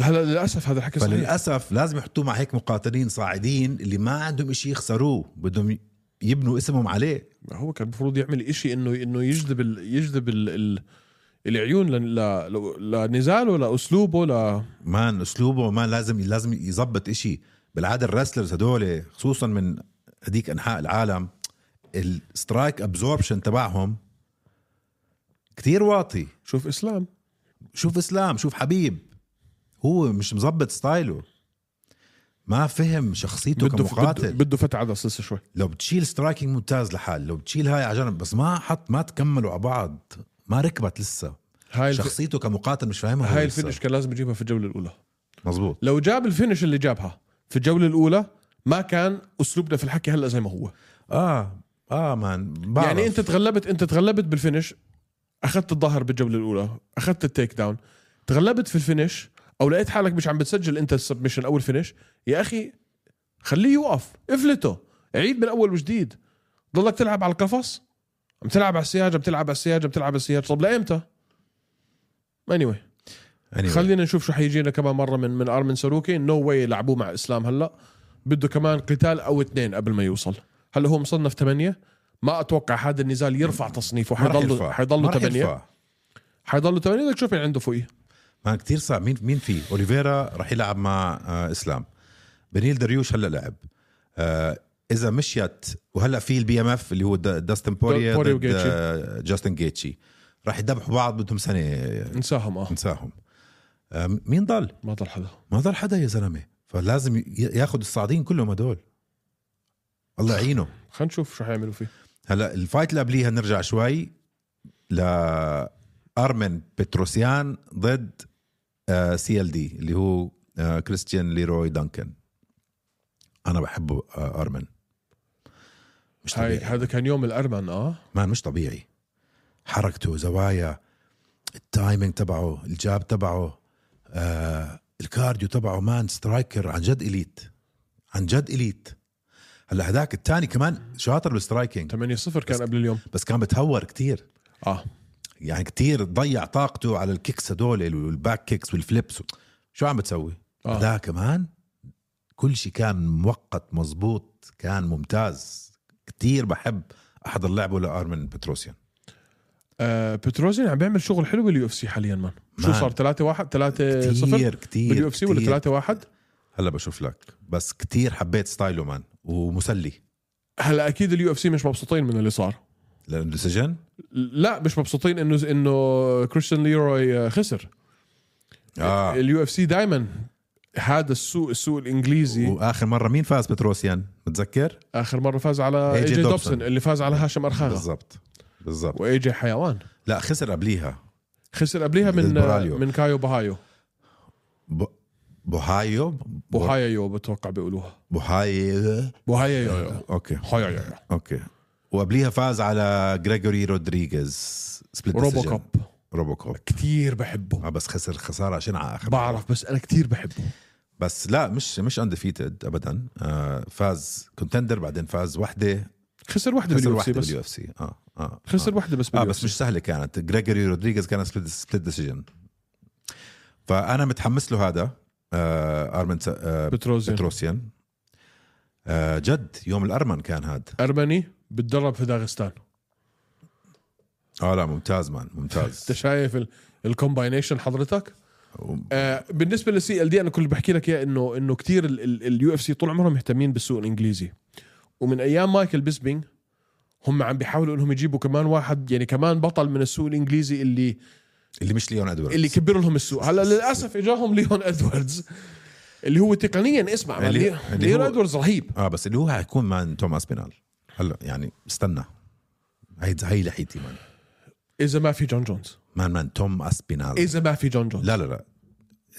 [SPEAKER 2] هلا للاسف هذا الحكي صحيح
[SPEAKER 1] فللاسف لازم يحطوه مع هيك مقاتلين صاعدين اللي ما عندهم شيء يخسروه بدهم يبنوا اسمهم عليه
[SPEAKER 2] هو كان المفروض يعمل إشي انه انه يجذب ال... يجذب ال... ال... العيون ل... ل... لنزاله لاسلوبه ل...
[SPEAKER 1] مان اسلوبه ما لازم لازم يظبط إشي بالعاده الرسلرز هدول خصوصا من هذيك انحاء العالم السترايك ابزوربشن تبعهم كتير واطي
[SPEAKER 2] شوف اسلام
[SPEAKER 1] شوف اسلام شوف حبيب هو مش مظبط ستايله ما فهم شخصيته
[SPEAKER 2] بده بده,
[SPEAKER 1] كمقاتل
[SPEAKER 2] بده فتح على السلسله شوي
[SPEAKER 1] لو بتشيل سترايكنج ممتاز لحال لو بتشيل هاي على جنب بس ما حط ما تكملوا على بعض ما ركبت لسه
[SPEAKER 2] هاي الف...
[SPEAKER 1] شخصيته كمقاتل مش فاهمها
[SPEAKER 2] هاي
[SPEAKER 1] هو لسه.
[SPEAKER 2] الفينش كان لازم يجيبها في الجوله الاولى
[SPEAKER 1] مزبوط
[SPEAKER 2] لو جاب الفينش اللي جابها في الجوله الاولى ما كان اسلوبنا في الحكي هلا زي ما هو
[SPEAKER 1] اه اه مان بعرف.
[SPEAKER 2] يعني انت تغلبت انت تغلبت بالفينش اخذت الظهر بالجوله الاولى اخذت التيك داون تغلبت في الفينش او لقيت حالك مش عم بتسجل انت السبمشن او الفينش يا اخي خليه يوقف افلته عيد من اول وجديد ضلك تلعب على القفص عم تلعب على السياج عم تلعب على السياج عم تلعب على السياج طب لايمتى؟ anyway.
[SPEAKER 1] anyway.
[SPEAKER 2] خلينا نشوف شو حيجينا كمان مره من من ارمن ساروكي نو واي لعبوه مع اسلام هلا بده كمان قتال او اثنين قبل ما يوصل هلا هو مصنف ثمانية ما اتوقع هذا النزال يرفع تصنيفه
[SPEAKER 1] ما رح
[SPEAKER 2] حيضل
[SPEAKER 1] يرفع. ما
[SPEAKER 2] حيضل
[SPEAKER 1] رح
[SPEAKER 2] ثمانية
[SPEAKER 1] يرفع.
[SPEAKER 2] حيضل ثمانية بدك تشوف مين عنده فوقيه
[SPEAKER 1] ما كتير صعب مين مين في اوليفيرا رح يلعب مع آه اسلام بنيل دريوش هلا لعب آه اذا مشيت وهلا في البي ام اف اللي هو دا- داستن بوريا
[SPEAKER 2] بوريا
[SPEAKER 1] ضد
[SPEAKER 2] وغيتشي.
[SPEAKER 1] آه، جاستن جيتشي رح يدبحوا بعض بدهم سنه
[SPEAKER 2] انساهم اه
[SPEAKER 1] انساهم آه مين ضل؟
[SPEAKER 2] ما ضل حدا
[SPEAKER 1] ما ضل حدا يا زلمه فلازم ي- ياخذ الصاعدين كلهم هدول الله يعينه
[SPEAKER 2] خلينا نشوف شو حيعملوا فيه
[SPEAKER 1] هلا الفايت اللي قبليها نرجع شوي ل ارمن بتروسيان ضد آه، سي ال دي اللي هو آه، كريستيان ليروي دانكن انا بحبه آه، ارمن مش
[SPEAKER 2] هاي
[SPEAKER 1] طبيعي
[SPEAKER 2] هذا كان يوم الارمن اه
[SPEAKER 1] مان مش طبيعي حركته زوايا التايمينج تبعه الجاب تبعه آه الكارديو تبعه مان سترايكر عن جد اليت عن جد اليت هلا هداك الثاني كمان شاطر بالسترايكينج
[SPEAKER 2] 8 0 كان قبل اليوم
[SPEAKER 1] بس كان بتهور كتير
[SPEAKER 2] اه
[SPEAKER 1] يعني كتير ضيع طاقته على الكيكس هدول والباك كيكس والفليبس شو عم بتسوي؟
[SPEAKER 2] آه.
[SPEAKER 1] آه. لا كمان كل شيء كان مؤقت مزبوط كان ممتاز كتير بحب احضر لعبه لارمن بتروسيان
[SPEAKER 2] آه، بتروزين عم بيعمل شغل حلو باليو اف سي حاليا مان شو
[SPEAKER 1] مان.
[SPEAKER 2] صار 3 1 3 0
[SPEAKER 1] كتير كتير
[SPEAKER 2] باليو اف سي ولا
[SPEAKER 1] كتير.
[SPEAKER 2] 3 1
[SPEAKER 1] هلا بشوف لك بس كتير حبيت ستايله مان ومسلي
[SPEAKER 2] هلا اكيد اليو اف سي مش مبسوطين من اللي صار
[SPEAKER 1] لانه سجن
[SPEAKER 2] لا مش مبسوطين انه انه كريستيان ليروي آه، خسر
[SPEAKER 1] اه
[SPEAKER 2] اليو اف سي دائما هذا السوق السوق الانجليزي
[SPEAKER 1] واخر مره مين فاز بتروسيان متذكر؟
[SPEAKER 2] اخر مره فاز على اي
[SPEAKER 1] AJ
[SPEAKER 2] جي دوبسون
[SPEAKER 1] دوبسون.
[SPEAKER 2] اللي فاز على هاشم
[SPEAKER 1] آه.
[SPEAKER 2] ارخاغا
[SPEAKER 1] بالضبط بالضبط
[SPEAKER 2] واي جي حيوان
[SPEAKER 1] لا خسر قبليها
[SPEAKER 2] خسر قبليها من آه،
[SPEAKER 1] البراليو.
[SPEAKER 2] من كايو بهايو
[SPEAKER 1] ب... بوهايو
[SPEAKER 2] بوهايو بتوقع بيقولوها
[SPEAKER 1] بوهايو
[SPEAKER 2] بوهايو
[SPEAKER 1] اوكي
[SPEAKER 2] هايو
[SPEAKER 1] اوكي وقبليها فاز على جريجوري رودريغيز سبليت
[SPEAKER 2] روبو
[SPEAKER 1] decision.
[SPEAKER 2] كاب
[SPEAKER 1] روبو كوب
[SPEAKER 2] كثير بحبه
[SPEAKER 1] آه بس خسر خساره شنعه اخر
[SPEAKER 2] بعرف بس انا كثير بحبه
[SPEAKER 1] بس لا مش مش اندفيتد ابدا آه فاز كونتندر بعدين فاز وحده
[SPEAKER 2] خسر واحده
[SPEAKER 1] خسر
[SPEAKER 2] باليو اف سي
[SPEAKER 1] واحده
[SPEAKER 2] بس
[SPEAKER 1] باليو اف سي اه اه
[SPEAKER 2] خسر واحده بس
[SPEAKER 1] اه
[SPEAKER 2] باليو اف
[SPEAKER 1] بس
[SPEAKER 2] سي
[SPEAKER 1] مش سهله كانت جريجوري رودريغيز كانت سبليت سبليت ديسيجن فانا متحمس له هذا آه ارمن س- آه
[SPEAKER 2] بتروزين
[SPEAKER 1] بتروسيان آه جد يوم الارمن كان هذا
[SPEAKER 2] ارمني بتدرب في داغستان
[SPEAKER 1] اه لا ممتاز مان ممتاز
[SPEAKER 2] انت شايف ال- الكومباينيشن حضرتك
[SPEAKER 1] و-
[SPEAKER 2] آه بالنسبه للسي ال دي انا كنت بحكي لك اياه انه انه كثير اليو اف سي طول عمرهم مهتمين بالسوق الانجليزي ومن ايام مايكل بيسبينج هم عم بيحاولوا انهم يجيبوا كمان واحد يعني كمان بطل من السوق الانجليزي اللي
[SPEAKER 1] اللي مش ليون ادواردز
[SPEAKER 2] اللي كبر لهم السوق هلا للاسف اجاهم ليون ادواردز اللي هو تقنيا اسمع
[SPEAKER 1] اللي-
[SPEAKER 2] لي-
[SPEAKER 1] اللي
[SPEAKER 2] ليون
[SPEAKER 1] هو-
[SPEAKER 2] ادواردز رهيب
[SPEAKER 1] اه بس اللي هو حيكون مان توماس بينال هلا يعني استنى هاي هاي لحيتي مان
[SPEAKER 2] اذا ما في جون جونز
[SPEAKER 1] مان مان توماس بينال
[SPEAKER 2] اذا ما في جون جونز
[SPEAKER 1] لا لا لا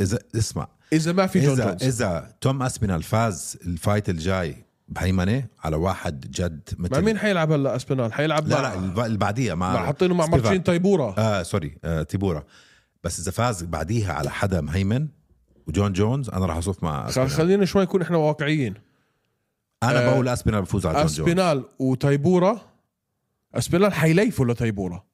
[SPEAKER 1] اذا اسمع
[SPEAKER 2] اذا ما في جون
[SPEAKER 1] اذا
[SPEAKER 2] جونز
[SPEAKER 1] اذا توم اسبينال فاز الفايت الجاي بهيمنه على واحد جد مثل
[SPEAKER 2] مع مين حيلعب هلا اسبينال حيلعب
[SPEAKER 1] لا
[SPEAKER 2] مع-
[SPEAKER 1] لا الب- اللي بعديها مع
[SPEAKER 2] مع حاطينه مع
[SPEAKER 1] ستيفاك.
[SPEAKER 2] مارتين تايبورا
[SPEAKER 1] اه سوري آه تيبورا بس اذا فاز بعديها على حدا مهيمن وجون جونز انا راح اصف مع
[SPEAKER 2] خل-
[SPEAKER 1] أسبينال.
[SPEAKER 2] خلينا شوي نكون احنا واقعيين آه،
[SPEAKER 1] انا بقول اسبينال بفوز على جون جونز
[SPEAKER 2] اسبينال وتايبورا اسبينال حيليفوا لتايبورا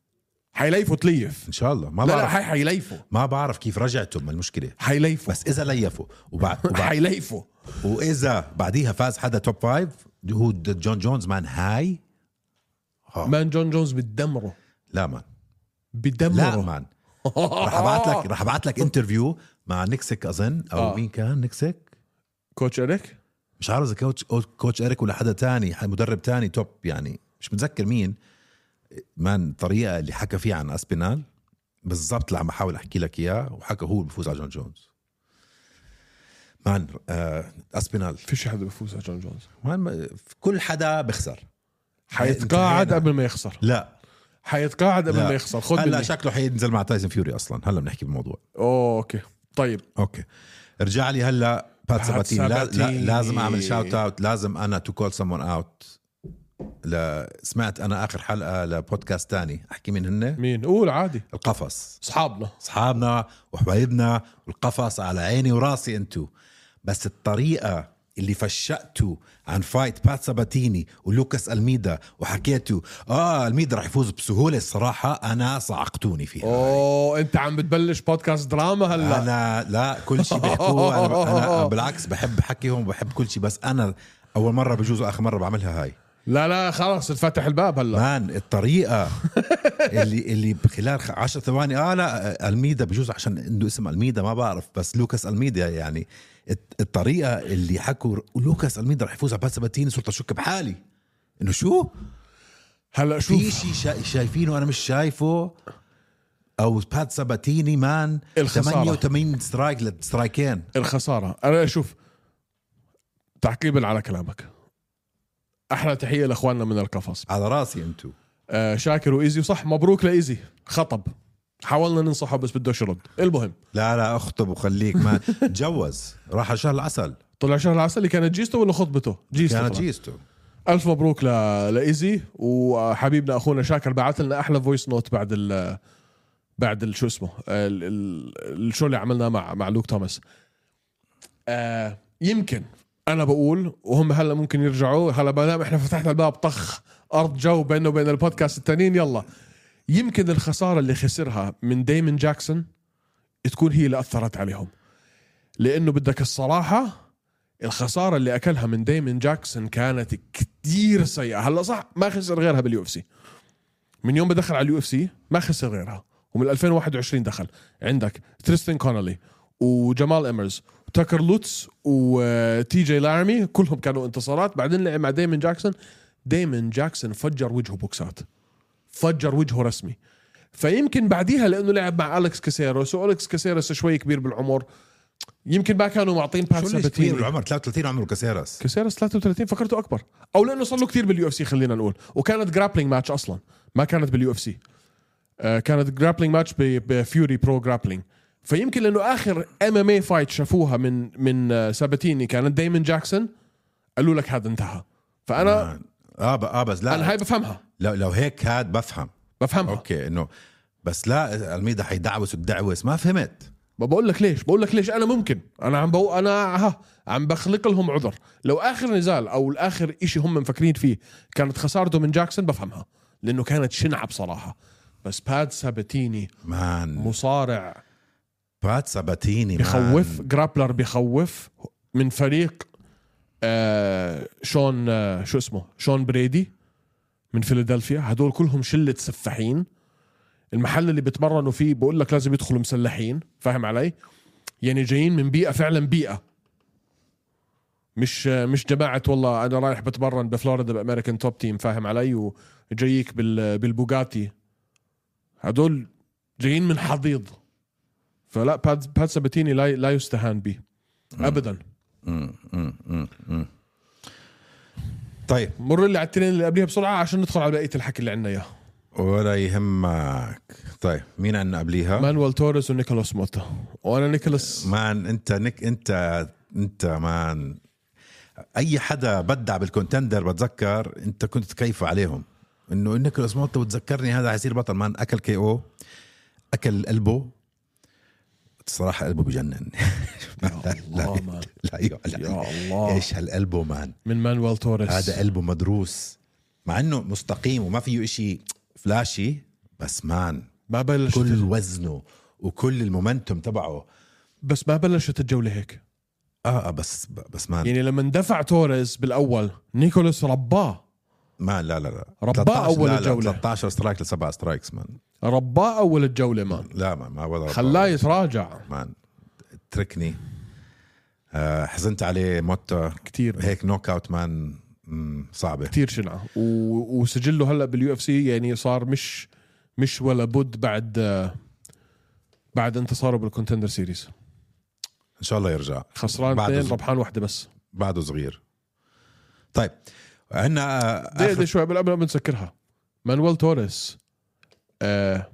[SPEAKER 2] حيليفوا تليف
[SPEAKER 1] ان شاء الله ما
[SPEAKER 2] لا لا
[SPEAKER 1] بعرف
[SPEAKER 2] حي- حيليفوا
[SPEAKER 1] ما بعرف كيف رجعتهم المشكله
[SPEAKER 2] حيليفوا
[SPEAKER 1] بس اذا ليفوا وبعد, وبعد
[SPEAKER 2] حيليفوا
[SPEAKER 1] واذا بعديها فاز حدا توب فايف هو د- جون جونز مان هاي آه.
[SPEAKER 2] مان جون جونز بتدمره
[SPEAKER 1] لا مان لا
[SPEAKER 2] بتدمره
[SPEAKER 1] مان
[SPEAKER 2] آه.
[SPEAKER 1] رح ابعت لك رح ابعت لك انترفيو مع نكسك اظن او
[SPEAKER 2] آه.
[SPEAKER 1] مين كان نكسك
[SPEAKER 2] كوتش اريك
[SPEAKER 1] مش عارف اذا كوتش أو- كوتش اريك ولا حدا تاني ح- مدرب تاني توب يعني مش متذكر مين مان الطريقه اللي حكى فيها عن اسبينال بالضبط اللي عم بحاول احكي لك اياه وحكى هو بفوز على جون جونز مان آه اسبينال
[SPEAKER 2] فيش حدا بيفوز على جون جونز
[SPEAKER 1] مان كل حدا بخسر
[SPEAKER 2] حيتقاعد
[SPEAKER 1] انتهينا.
[SPEAKER 2] قبل ما يخسر
[SPEAKER 1] لا
[SPEAKER 2] حيتقاعد قبل
[SPEAKER 1] لا.
[SPEAKER 2] ما يخسر خد
[SPEAKER 1] هلا
[SPEAKER 2] مني
[SPEAKER 1] شكله حينزل مع تايسون فيوري اصلا هلا بنحكي بالموضوع
[SPEAKER 2] اوه اوكي طيب
[SPEAKER 1] اوكي ارجع لي هلا بات
[SPEAKER 2] بات
[SPEAKER 1] سباتين لا لا
[SPEAKER 2] ساباتيني.
[SPEAKER 1] لازم اعمل شاوت اوت لازم انا تو كول سمون اوت سمعت انا اخر حلقه لبودكاست تاني احكي مين هن
[SPEAKER 2] مين قول عادي
[SPEAKER 1] القفص
[SPEAKER 2] اصحابنا
[SPEAKER 1] اصحابنا وحبايبنا والقفص على عيني وراسي انتو بس الطريقه اللي فشقتوا عن فايت بات ساباتيني ولوكاس الميدا وحكيتوا اه الميدا رح يفوز بسهوله الصراحه انا صعقتوني فيها
[SPEAKER 2] اوه انت عم بتبلش بودكاست دراما هلا
[SPEAKER 1] انا لا كل شيء بيحكوه انا, أنا بالعكس بحب حكيهم وبحب كل شيء بس انا اول مره بجوز اخر مره بعملها هاي
[SPEAKER 2] لا لا خلاص اتفتح الباب هلا
[SPEAKER 1] مان الطريقه اللي اللي خلال 10 ثواني اه لا الميدا بجوز عشان عنده اسم الميدا ما بعرف بس لوكاس الميدا يعني الت- الطريقه اللي حكوا لوكاس الميدا رح يفوز على بات سباتيني صرت اشك بحالي انه شو؟
[SPEAKER 2] هلا
[SPEAKER 1] في
[SPEAKER 2] شوف
[SPEAKER 1] شيء شا- شايفينه انا مش شايفه او بات سباتيني مان
[SPEAKER 2] الخسارة.
[SPEAKER 1] 88 سترايك لسترايكين
[SPEAKER 2] الخساره انا شوف تعقيبا على كلامك احلى تحيه لاخواننا من القفص
[SPEAKER 1] على راسي انتو
[SPEAKER 2] آه شاكر وايزي صح مبروك لايزي خطب حاولنا ننصحه بس بدوش يرد المهم
[SPEAKER 1] لا لا اخطب وخليك ما تجوز راح على شهر العسل
[SPEAKER 2] طلع شهر العسل اللي كانت جيزته ولا خطبته؟ جيزته
[SPEAKER 1] كانت
[SPEAKER 2] طلع.
[SPEAKER 1] جيزته
[SPEAKER 2] الف مبروك ل... لايزي وحبيبنا اخونا شاكر بعث لنا احلى فويس نوت بعد ال بعد ال- شو اسمه ال... ال... الشو اللي عملناه مع مع لوك توماس آه يمكن انا بقول وهم هلا ممكن يرجعوا هلا ما دام احنا فتحنا الباب طخ ارض جو بينه وبين البودكاست التانيين يلا يمكن الخساره اللي خسرها من ديمن جاكسون تكون هي اللي اثرت عليهم لانه بدك الصراحه الخساره اللي اكلها من ديمن جاكسون كانت كتير سيئه هلا صح ما خسر غيرها باليو اف سي من يوم ما دخل على اليو اف سي ما خسر غيرها ومن 2021 دخل عندك تريستن كونولي وجمال امرز وتاكر لوتس وتي جي لارمي كلهم كانوا انتصارات بعدين لعب مع ديمن جاكسون ديمن جاكسون فجر وجهه بوكسات فجر وجهه رسمي فيمكن بعديها لانه لعب مع الكس كاسيروس والكس كاسيروس شوي كبير بالعمر يمكن ما كانوا معطين بات
[SPEAKER 1] شو ليش
[SPEAKER 2] ساباتيني.
[SPEAKER 1] كبير بالعمر 33 عمره كاسيرس
[SPEAKER 2] كسيرس 33 فكرته اكبر او لانه صار له كثير باليو اف سي خلينا نقول وكانت جرابلينج ماتش اصلا ما كانت باليو اف سي كانت جرابلينج ماتش بفيوري برو جرابلينج فيمكن لانه اخر ام ام اي فايت شافوها من من آه، ساباتيني كانت دايمن جاكسون قالوا لك هذا انتهى فانا
[SPEAKER 1] اه ب- اه بس
[SPEAKER 2] انا هاي
[SPEAKER 1] لا
[SPEAKER 2] بفهمها
[SPEAKER 1] لو, لو هيك هاد بفهم
[SPEAKER 2] بفهمها
[SPEAKER 1] اوكي انه بس لا الميدا حيدعوس الدعوس ما فهمت
[SPEAKER 2] ما بقول لك ليش بقول لك ليش انا ممكن انا عم بو... انا ها عم بخلق لهم عذر لو اخر نزال او الاخر إشي هم مفكرين فيه كانت خسارته من جاكسون بفهمها لانه كانت شنعه بصراحه بس باد سابتيني
[SPEAKER 1] مان
[SPEAKER 2] مصارع
[SPEAKER 1] بات ساباتيني
[SPEAKER 2] بخوف جرابلر بخوف من فريق آه شون آه شو اسمه شون بريدي من فيلادلفيا هدول كلهم شلة سفاحين المحل اللي بيتمرنوا فيه بقول لك لازم يدخلوا مسلحين فاهم علي يعني جايين من بيئة فعلا بيئة مش آه، مش جماعة والله أنا رايح بتمرن بفلوريدا بأمريكان توب تيم فاهم علي وجايك بال بالبوغاتي هدول جايين من حضيض فلا باد باد ساباتيني لا لا يستهان به ابدا
[SPEAKER 1] طيب
[SPEAKER 2] مر لي على التنين اللي قبليها بسرعه عشان ندخل على بقيه الحكي اللي عندنا اياه
[SPEAKER 1] ولا يهمك طيب مين عنا قبليها
[SPEAKER 2] مانويل توريس ونيكولاس موتا وانا نيكولاس
[SPEAKER 1] مان انت نك انت انت مان اي حدا بدع بالكونتندر بتذكر انت كنت تكيف عليهم انه نيكولاس موتا وتذكرني هذا حيصير بطل مان اكل كي او اكل قلبه الصراحه قلبه بجنن
[SPEAKER 2] يا الله مان
[SPEAKER 1] لا يعلى
[SPEAKER 2] يا الله
[SPEAKER 1] ايش هالقلبه مان
[SPEAKER 2] من مانويل توريس
[SPEAKER 1] هذا قلبه مدروس مع انه مستقيم وما فيه إشي فلاشي بس مان
[SPEAKER 2] ما بلشت
[SPEAKER 1] كل وزنه وكل المومنتوم تبعه
[SPEAKER 2] بس ما بلشت الجوله هيك
[SPEAKER 1] اه اه بس بس مان
[SPEAKER 2] يعني لما اندفع توريز بالاول نيكولاس رباه
[SPEAKER 1] ما لا لا لا
[SPEAKER 2] رباه
[SPEAKER 1] 13
[SPEAKER 2] أول
[SPEAKER 1] لا لا،
[SPEAKER 2] جولة.
[SPEAKER 1] 13 سترايك لسبعة سترايكس مان
[SPEAKER 2] رباه اول الجوله مان
[SPEAKER 1] لا ما ما ولا
[SPEAKER 2] خلاه
[SPEAKER 1] رباه.
[SPEAKER 2] يتراجع
[SPEAKER 1] مان تركني آه حزنت عليه موتا
[SPEAKER 2] كتير
[SPEAKER 1] هيك نوك اوت مان مم، صعبه
[SPEAKER 2] كتير شنعه و... وسجله هلا باليو اف سي يعني صار مش مش ولا بد بعد آه، بعد انتصاره بالكونتندر سيريز
[SPEAKER 1] ان شاء الله يرجع
[SPEAKER 2] خسران
[SPEAKER 1] بعد
[SPEAKER 2] اثنين
[SPEAKER 1] الز-
[SPEAKER 2] ربحان واحده بس
[SPEAKER 1] بعده صغير طيب عندنا آه،
[SPEAKER 2] دقيقه
[SPEAKER 1] آخر-
[SPEAKER 2] شوي قبل قبل ما نسكرها مانويل توريس آه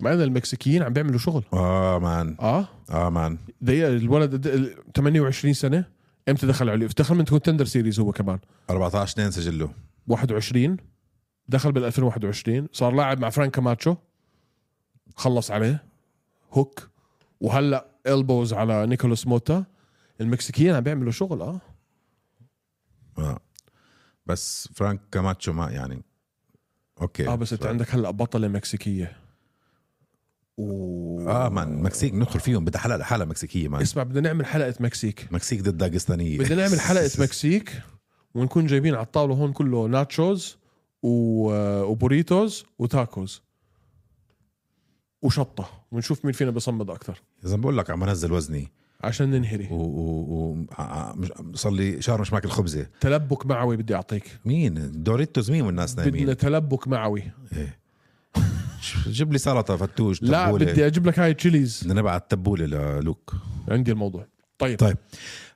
[SPEAKER 2] معنا المكسيكيين عم بيعملوا شغل
[SPEAKER 1] اه مان
[SPEAKER 2] اه
[SPEAKER 1] اه مان
[SPEAKER 2] دقيقه الولد د- ال- 28 سنه امتى دخل عليه دخل من كونتندر سيريز هو كمان
[SPEAKER 1] 14 2 سجله
[SPEAKER 2] 21 دخل بال 2021 صار لاعب مع فرانك ماتشو خلص عليه هوك وهلا البوز على نيكولاس موتا المكسيكيين عم بيعملوا شغل اه
[SPEAKER 1] آه. بس فرانك كاماتشو ما يعني اوكي
[SPEAKER 2] اه بس انت عندك هلا بطله مكسيكيه و...
[SPEAKER 1] اه مان مكسيك ندخل فيهم بدها حلقه حلقه مكسيكيه مان
[SPEAKER 2] اسمع بدنا نعمل حلقه مكسيك
[SPEAKER 1] مكسيك ضد داغستانيه
[SPEAKER 2] بدنا نعمل حلقه مكسيك ونكون جايبين على الطاوله هون كله ناتشوز و... آه، وبوريتوز وتاكوز وشطه ونشوف مين فينا بصمد اكثر
[SPEAKER 1] اذا بقول لك عم انزل وزني
[SPEAKER 2] عشان ننهري
[SPEAKER 1] آه، وصار لي شهر مش ماكل خبزه
[SPEAKER 2] تلبك معوي بدي اعطيك
[SPEAKER 1] مين دوريتوز مين والناس
[SPEAKER 2] بدنا
[SPEAKER 1] نايمين
[SPEAKER 2] تلبك معوي
[SPEAKER 1] جيب لي سلطه فتوش
[SPEAKER 2] لا
[SPEAKER 1] تبولة.
[SPEAKER 2] بدي اجيب لك هاي تشيليز
[SPEAKER 1] بدنا نبعت تبوله للوك
[SPEAKER 2] عندي الموضوع طيب,
[SPEAKER 1] طيب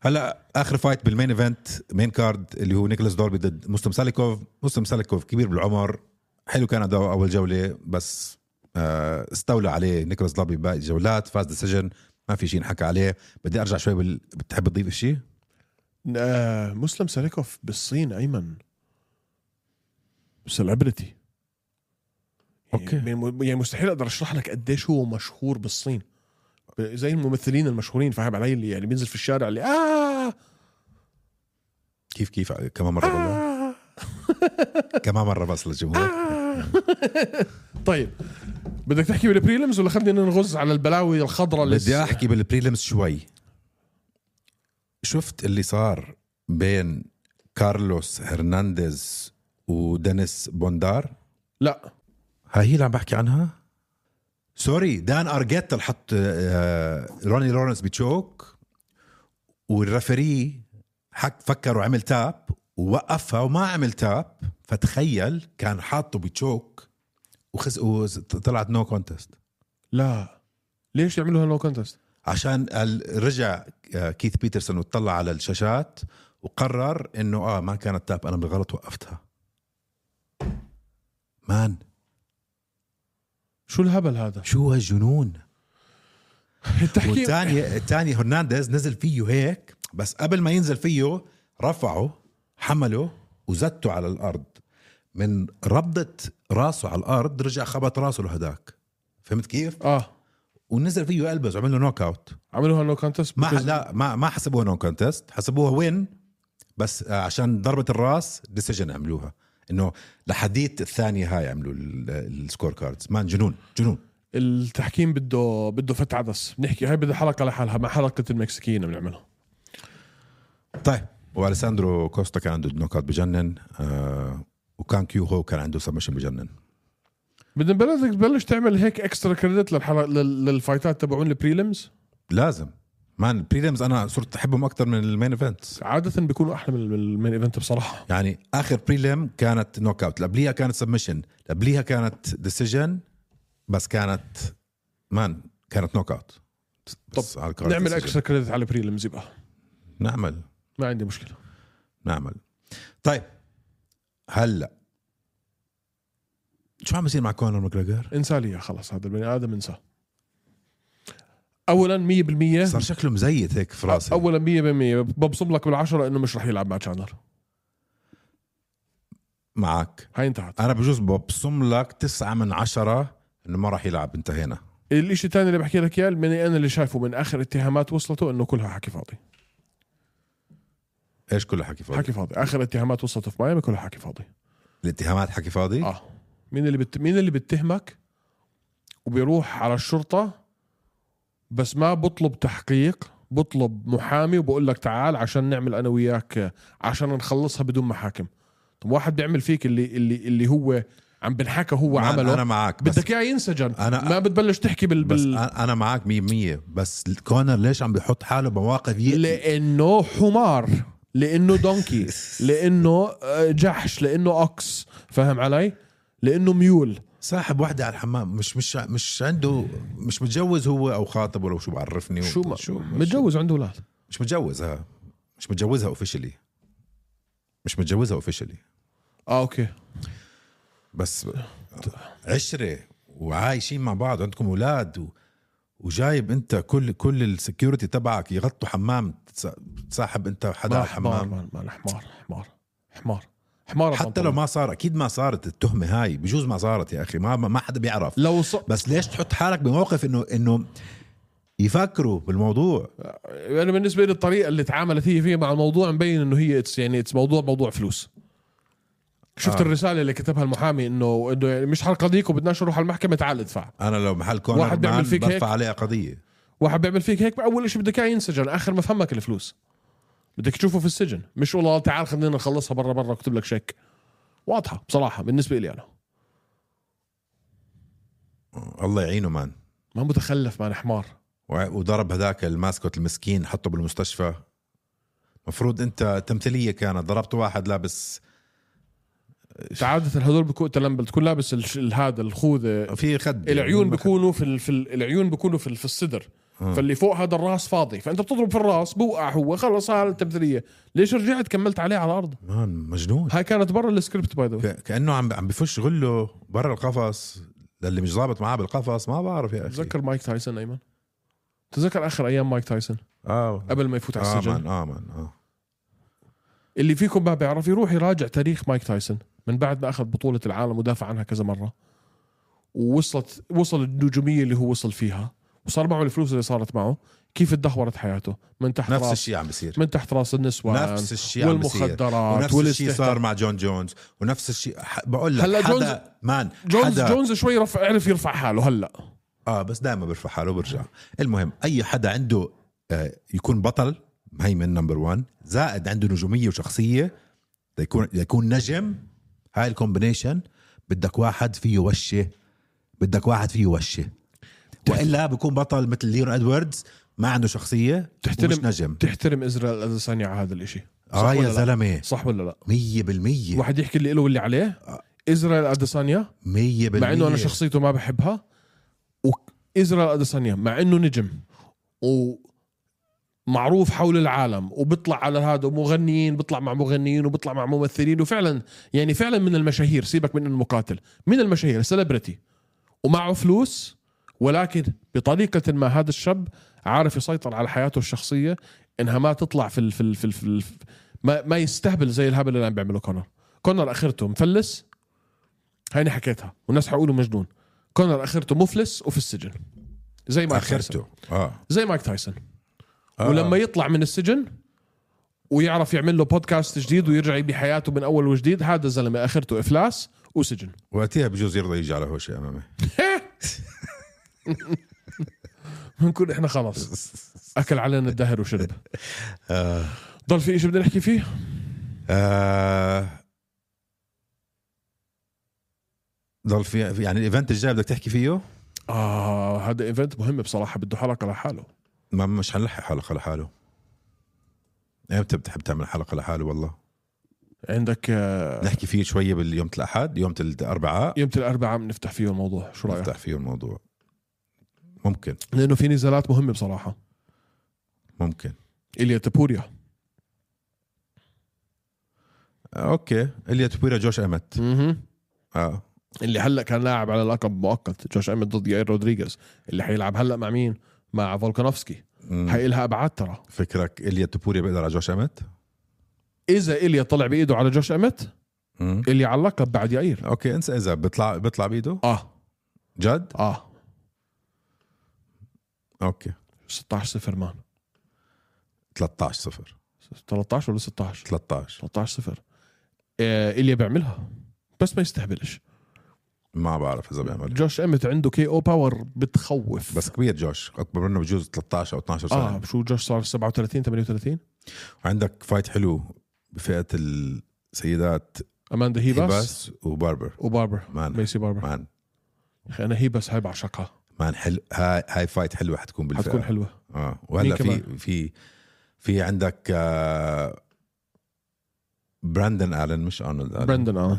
[SPEAKER 1] هلا اخر فايت بالمين ايفنت مين كارد اللي هو نيكولاس دوربي ضد مسلم ساليكوف مسلم ساليكوف كبير بالعمر حلو كان اداؤه اول جوله بس آه، استولى عليه نيكولاس دوربي باقي الجولات فاز ديسيجن ما في شيء نحكى عليه بدي ارجع شوي بال... بتحب تضيف شيء
[SPEAKER 2] آه مسلم ساليكوف بالصين ايمن سليبرتي
[SPEAKER 1] أوكي.
[SPEAKER 2] يعني يعني مستحيل اقدر اشرح لك قديش هو مشهور بالصين زي الممثلين المشهورين فاهم علي اللي يعني بينزل في الشارع اللي آه,
[SPEAKER 1] كيف كيف كمان مره والله
[SPEAKER 2] آه,
[SPEAKER 1] كمان مره بس للجمهور
[SPEAKER 2] آه طيب بدك تحكي بالبريلمز ولا خلينا نغز على البلاوي الخضراء اللي
[SPEAKER 1] بدي احكي بالبريلمز شوي شفت اللي صار بين كارلوس هرنانديز ودينيس بوندار
[SPEAKER 2] لا
[SPEAKER 1] هاي هي اللي عم بحكي عنها سوري دان ارجيتا اللي حط آه، روني لورنس بتشوك والرفري حك فكر وعمل تاب ووقفها وما عمل تاب فتخيل كان حاطه بتشوك وخس وطلعت نو كونتست
[SPEAKER 2] لا ليش يعملوا هالنو كونتست
[SPEAKER 1] عشان قال- رجع آه، كيث بيترسون وطلع على الشاشات وقرر انه اه ما كانت تاب انا بالغلط وقفتها مان
[SPEAKER 2] شو الهبل هذا
[SPEAKER 1] شو هالجنون
[SPEAKER 2] التحكيم
[SPEAKER 1] والثاني الثاني هرنانديز نزل فيه هيك بس قبل ما ينزل فيه رفعه حمله وزته على الارض من ربضة راسه على الارض رجع خبط راسه لهداك فهمت كيف؟
[SPEAKER 2] اه
[SPEAKER 1] ونزل فيه قلبز وعمل له نوك اوت
[SPEAKER 2] عملوها نو كونتست
[SPEAKER 1] ما لا ما ما حسبوها نون كونتست حسبوها وين بس آه، عشان ضربه الراس ديسيجن عملوها انه لحديت الثانيه هاي عملوا ال- ال- السكور كاردز مان جنون جنون
[SPEAKER 2] التحكيم بده بده فت عدس بنحكي هاي بدها حلقه لحالها مع حلقه المكسيكيين اللي بنعملها
[SPEAKER 1] طيب واليساندرو كوستا كان عنده نوك اوت بجنن آه وكان كيو هو كان عنده سبمشن بجنن
[SPEAKER 2] بدنا بلشك تبلش تعمل هيك اكسترا كريدت للحلقه لل- للفايتات تبعون البريلمز
[SPEAKER 1] لازم مان البريلمز انا صرت احبهم اكثر من المين ايفنت
[SPEAKER 2] عاده بيكونوا احلى من المين ايفنت بصراحه
[SPEAKER 1] يعني اخر بريلم كانت نوك اوت اللي قبليها كانت سبمشن اللي قبليها كانت ديسيجن بس كانت مان كانت نوك اوت بس على الكارد
[SPEAKER 2] نعمل
[SPEAKER 1] decision.
[SPEAKER 2] اكسترا كريدت على البريلمز يبقى
[SPEAKER 1] نعمل
[SPEAKER 2] ما عندي مشكله
[SPEAKER 1] نعمل طيب هلا شو عم يصير مع كونر ماكريجر؟
[SPEAKER 2] انسى لي إياه خلاص هذا البني ادم انساه اولا 100%
[SPEAKER 1] صار شكله مزيت هيك في راسي
[SPEAKER 2] اولا 100% ببصم لك بالعشره انه مش رح يلعب مع تشانر
[SPEAKER 1] معك
[SPEAKER 2] هاي انتهت
[SPEAKER 1] انا بجوز ببصم لك تسعة من عشرة انه ما راح يلعب انتهينا
[SPEAKER 2] الشيء الثاني اللي بحكي لك اياه من انا اللي شايفه من اخر اتهامات وصلته انه كلها حكي فاضي
[SPEAKER 1] ايش كله حكي فاضي
[SPEAKER 2] حكي فاضي اخر اتهامات وصلته في ميامي كلها حكي فاضي
[SPEAKER 1] الاتهامات حكي فاضي
[SPEAKER 2] اه 100% مين اللي بت... مين اللي بتهمك وبيروح على الشرطه بس ما بطلب تحقيق بطلب محامي وبقول لك تعال عشان نعمل انا وياك عشان نخلصها بدون محاكم طب واحد بيعمل فيك اللي اللي اللي هو عم بنحكى هو
[SPEAKER 1] ما-
[SPEAKER 2] عمله
[SPEAKER 1] انا معك بس,
[SPEAKER 2] بدك اياه ينسجن
[SPEAKER 1] أنا-
[SPEAKER 2] ما بتبلش تحكي بال,
[SPEAKER 1] بس
[SPEAKER 2] بال...
[SPEAKER 1] انا معك 100% بس كونر ليش عم بيحط حاله بمواقف يقلق
[SPEAKER 2] لانه حمار لانه دونكي لانه آه، جحش لانه اكس فاهم علي لانه ميول
[SPEAKER 1] صاحب وحده على الحمام مش مش مش عنده مش متجوز هو او خاطب ولا شو بعرفني
[SPEAKER 2] شو ما
[SPEAKER 1] شو
[SPEAKER 2] متجوز عنده اولاد
[SPEAKER 1] مش متجوز ها مش متجوزها اوفيشلي مش متجوزها اوفيشلي
[SPEAKER 2] اه اوكي
[SPEAKER 1] بس عشره وعايشين مع بعض عندكم اولاد و... وجايب انت كل كل السكيورتي تبعك يغطوا حمام تس- تساحب انت حدا
[SPEAKER 2] ما
[SPEAKER 1] على
[SPEAKER 2] حمار
[SPEAKER 1] الحمام
[SPEAKER 2] ما ما- حمار حمار حمار حمار
[SPEAKER 1] حتى لو ما صار اكيد ما صارت التهمه هاي بجوز ما صارت يا اخي ما ما ما حدا بيعرف
[SPEAKER 2] لو ص...
[SPEAKER 1] بس ليش تحط حالك بموقف انه انه يفكروا بالموضوع
[SPEAKER 2] انا بالنسبه لي الطريقه يعني اللي تعاملت هي فيها مع الموضوع مبين انه هي اتس يعني اتس موضوع موضوع فلوس شفت
[SPEAKER 1] آه.
[SPEAKER 2] آه. الرساله اللي كتبها المحامي انه انه يعني مش حلقه ضيق وبدناش نروح على المحكمه تعال ادفع
[SPEAKER 1] انا لو محل كونر
[SPEAKER 2] واحد بيعمل
[SPEAKER 1] مان
[SPEAKER 2] فيك هيك؟
[SPEAKER 1] برفع عليها قضيه
[SPEAKER 2] واحد بيعمل فيك هيك اول شيء بدك اياه ينسجن اخر ما فهمك الفلوس بدك تشوفه في السجن مش والله تعال خلينا نخلصها برا برا اكتب لك شيك واضحه بصراحه بالنسبه لي انا
[SPEAKER 1] الله يعينه مان
[SPEAKER 2] ما متخلف مان حمار
[SPEAKER 1] وع- وضرب هذاك الماسكوت المسكين حطه بالمستشفى مفروض انت تمثيليه كانت ضربت واحد لابس
[SPEAKER 2] عاده هذول بكون لما بتكون لابس الش- هذا الخوذه
[SPEAKER 1] في خد يعني
[SPEAKER 2] العيون بيكونوا في, ال- في ال- العيون بيكونوا في, ال- في الصدر
[SPEAKER 1] آه.
[SPEAKER 2] فاللي فوق هذا الراس فاضي فانت بتضرب في الراس بوقع هو خلص هاي التمثيليه ليش رجعت كملت عليه على الارض
[SPEAKER 1] مان مجنون
[SPEAKER 2] هاي كانت برا السكريبت باي ذا
[SPEAKER 1] ك- كانه عم عم بفش غله برا القفص للي مش ظابط معاه بالقفص ما بعرف يا اخي
[SPEAKER 2] تذكر مايك تايسون ايمن تذكر اخر ايام مايك تايسون
[SPEAKER 1] اه
[SPEAKER 2] قبل ما يفوت على
[SPEAKER 1] اه
[SPEAKER 2] السجن
[SPEAKER 1] مان اه مان اه
[SPEAKER 2] اللي فيكم ما بيعرف يروح يراجع تاريخ مايك تايسون من بعد ما اخذ بطوله العالم ودافع عنها كذا مره ووصلت وصل النجوميه اللي هو وصل فيها وصار معه الفلوس اللي صارت معه كيف تدهورت حياته من تحت
[SPEAKER 1] نفس
[SPEAKER 2] راس
[SPEAKER 1] الشيء عم بيصير
[SPEAKER 2] من تحت راس النسوان
[SPEAKER 1] نفس الشيء عم بيصير.
[SPEAKER 2] والمخدرات
[SPEAKER 1] ونفس الشيء
[SPEAKER 2] والاستهتار
[SPEAKER 1] صار مع جون جونز ونفس الشيء ح- بقول لك
[SPEAKER 2] هلا
[SPEAKER 1] حدا
[SPEAKER 2] جونز-
[SPEAKER 1] مان
[SPEAKER 2] جونز
[SPEAKER 1] حدا
[SPEAKER 2] جونز شوي رفع عرف يرفع حاله هلا
[SPEAKER 1] اه بس دائما بيرفع حاله وبرجع المهم اي حدا عنده آه يكون بطل مهيمن نمبر 1 زائد عنده نجوميه وشخصيه ليكون ليكون نجم هاي الكومبينيشن بدك واحد فيه وشه بدك واحد فيه وشه والا بيكون بطل مثل ليون ادواردز ما عنده شخصيه
[SPEAKER 2] تحترم-
[SPEAKER 1] ومش نجم
[SPEAKER 2] تحترم ازرائيل اديسانيا على هذا الاشي صح
[SPEAKER 1] اه يا
[SPEAKER 2] ولا لا؟
[SPEAKER 1] زلمه
[SPEAKER 2] صح ولا لا؟
[SPEAKER 1] 100%
[SPEAKER 2] واحد يحكي اللي له واللي عليه
[SPEAKER 1] آه.
[SPEAKER 2] ازرائيل اديسانيا
[SPEAKER 1] 100%
[SPEAKER 2] مع انه انا شخصيته ما بحبها وازرائيل اديسانيا مع انه نجم ومعروف حول العالم وبيطلع على هذا مغنيين بيطلع مع مغنيين وبيطلع مع ممثلين وفعلا يعني فعلا من المشاهير سيبك من انه مقاتل من المشاهير سيلبرتي ومعه فلوس ولكن بطريقة ما هذا الشاب عارف يسيطر على حياته الشخصية انها ما تطلع في ال في ال في, ال في ال ما, ما يستهبل زي الهبل اللي عم بيعمله كونر كونر اخرته مفلس هيني حكيتها والناس حيقولوا مجنون كونر اخرته مفلس وفي السجن زي ما
[SPEAKER 1] اخرته اه
[SPEAKER 2] زي مايك تايسون
[SPEAKER 1] آه.
[SPEAKER 2] ولما يطلع من السجن ويعرف يعمل له بودكاست جديد ويرجع يبني حياته من اول وجديد هذا الزلمه اخرته افلاس وسجن
[SPEAKER 1] وقتها بجوز يرضى يجي على هوشي امامي
[SPEAKER 2] بنكون احنا خلاص اكل علينا الدهر وشرب ضل في شيء بدنا نحكي فيه؟
[SPEAKER 1] آه ضل في في- يعني الايفنت الجاي بدك تحكي فيه
[SPEAKER 2] اه هذا ايفنت مهم بصراحه بده حلقه لحاله
[SPEAKER 1] ما مش حنلحق حلقه لحاله امتى بتحب تعمل حلقه لحاله والله
[SPEAKER 2] عندك آه،
[SPEAKER 1] نحكي فيه شويه باليوم الاحد يوم الاربعاء
[SPEAKER 2] يوم الاربعاء بنفتح فيه الموضوع شو رايك؟
[SPEAKER 1] نفتح فيه الموضوع ممكن
[SPEAKER 2] لانه في نزالات مهمه بصراحه
[SPEAKER 1] ممكن
[SPEAKER 2] اليا تابوريا
[SPEAKER 1] آه اوكي اليا تبويرا جوش امت اه
[SPEAKER 2] اللي هلا كان لاعب على لقب مؤقت جوش امت ضد يائر رودريغيز اللي حيلعب هلا مع مين؟ مع فولكانوفسكي
[SPEAKER 1] مم.
[SPEAKER 2] حيلها ابعاد ترى
[SPEAKER 1] فكرك اليا تبوريا بيقدر على جوش امت
[SPEAKER 2] اذا اليا طلع بايده على جوش امت
[SPEAKER 1] مم.
[SPEAKER 2] اليا على اللقب بعد يائر
[SPEAKER 1] اوكي انسى اذا بيطلع بيطلع بايده
[SPEAKER 2] اه
[SPEAKER 1] جد
[SPEAKER 2] اه
[SPEAKER 1] اوكي
[SPEAKER 2] 16 صفر مان
[SPEAKER 1] 13 صفر
[SPEAKER 2] 13 ولا 16
[SPEAKER 1] 13
[SPEAKER 2] 13 صفر آه، اليا بيعملها بس ما يستهبلش
[SPEAKER 1] ما بعرف اذا بيعمل
[SPEAKER 2] جوش امت عنده كي او باور بتخوف
[SPEAKER 1] بس كبير جوش اكبر منه بجوز 13 او 12 سنه
[SPEAKER 2] اه شو جوش صار 37 38
[SPEAKER 1] عندك فايت حلو بفئه السيدات
[SPEAKER 2] اماندا هيباس
[SPEAKER 1] هيباس وباربر
[SPEAKER 2] وباربر
[SPEAKER 1] مان
[SPEAKER 2] ميسي باربر
[SPEAKER 1] مان
[SPEAKER 2] اخي انا هيباس هاي بعشقها
[SPEAKER 1] مان حلو هاي هاي فايت حلوه حتكون بالفئه
[SPEAKER 2] حتكون حلوه
[SPEAKER 1] اه
[SPEAKER 2] مين
[SPEAKER 1] وهلا
[SPEAKER 2] كمان؟
[SPEAKER 1] في في في عندك آه براندن الن مش ارنولد الن
[SPEAKER 2] برندن اه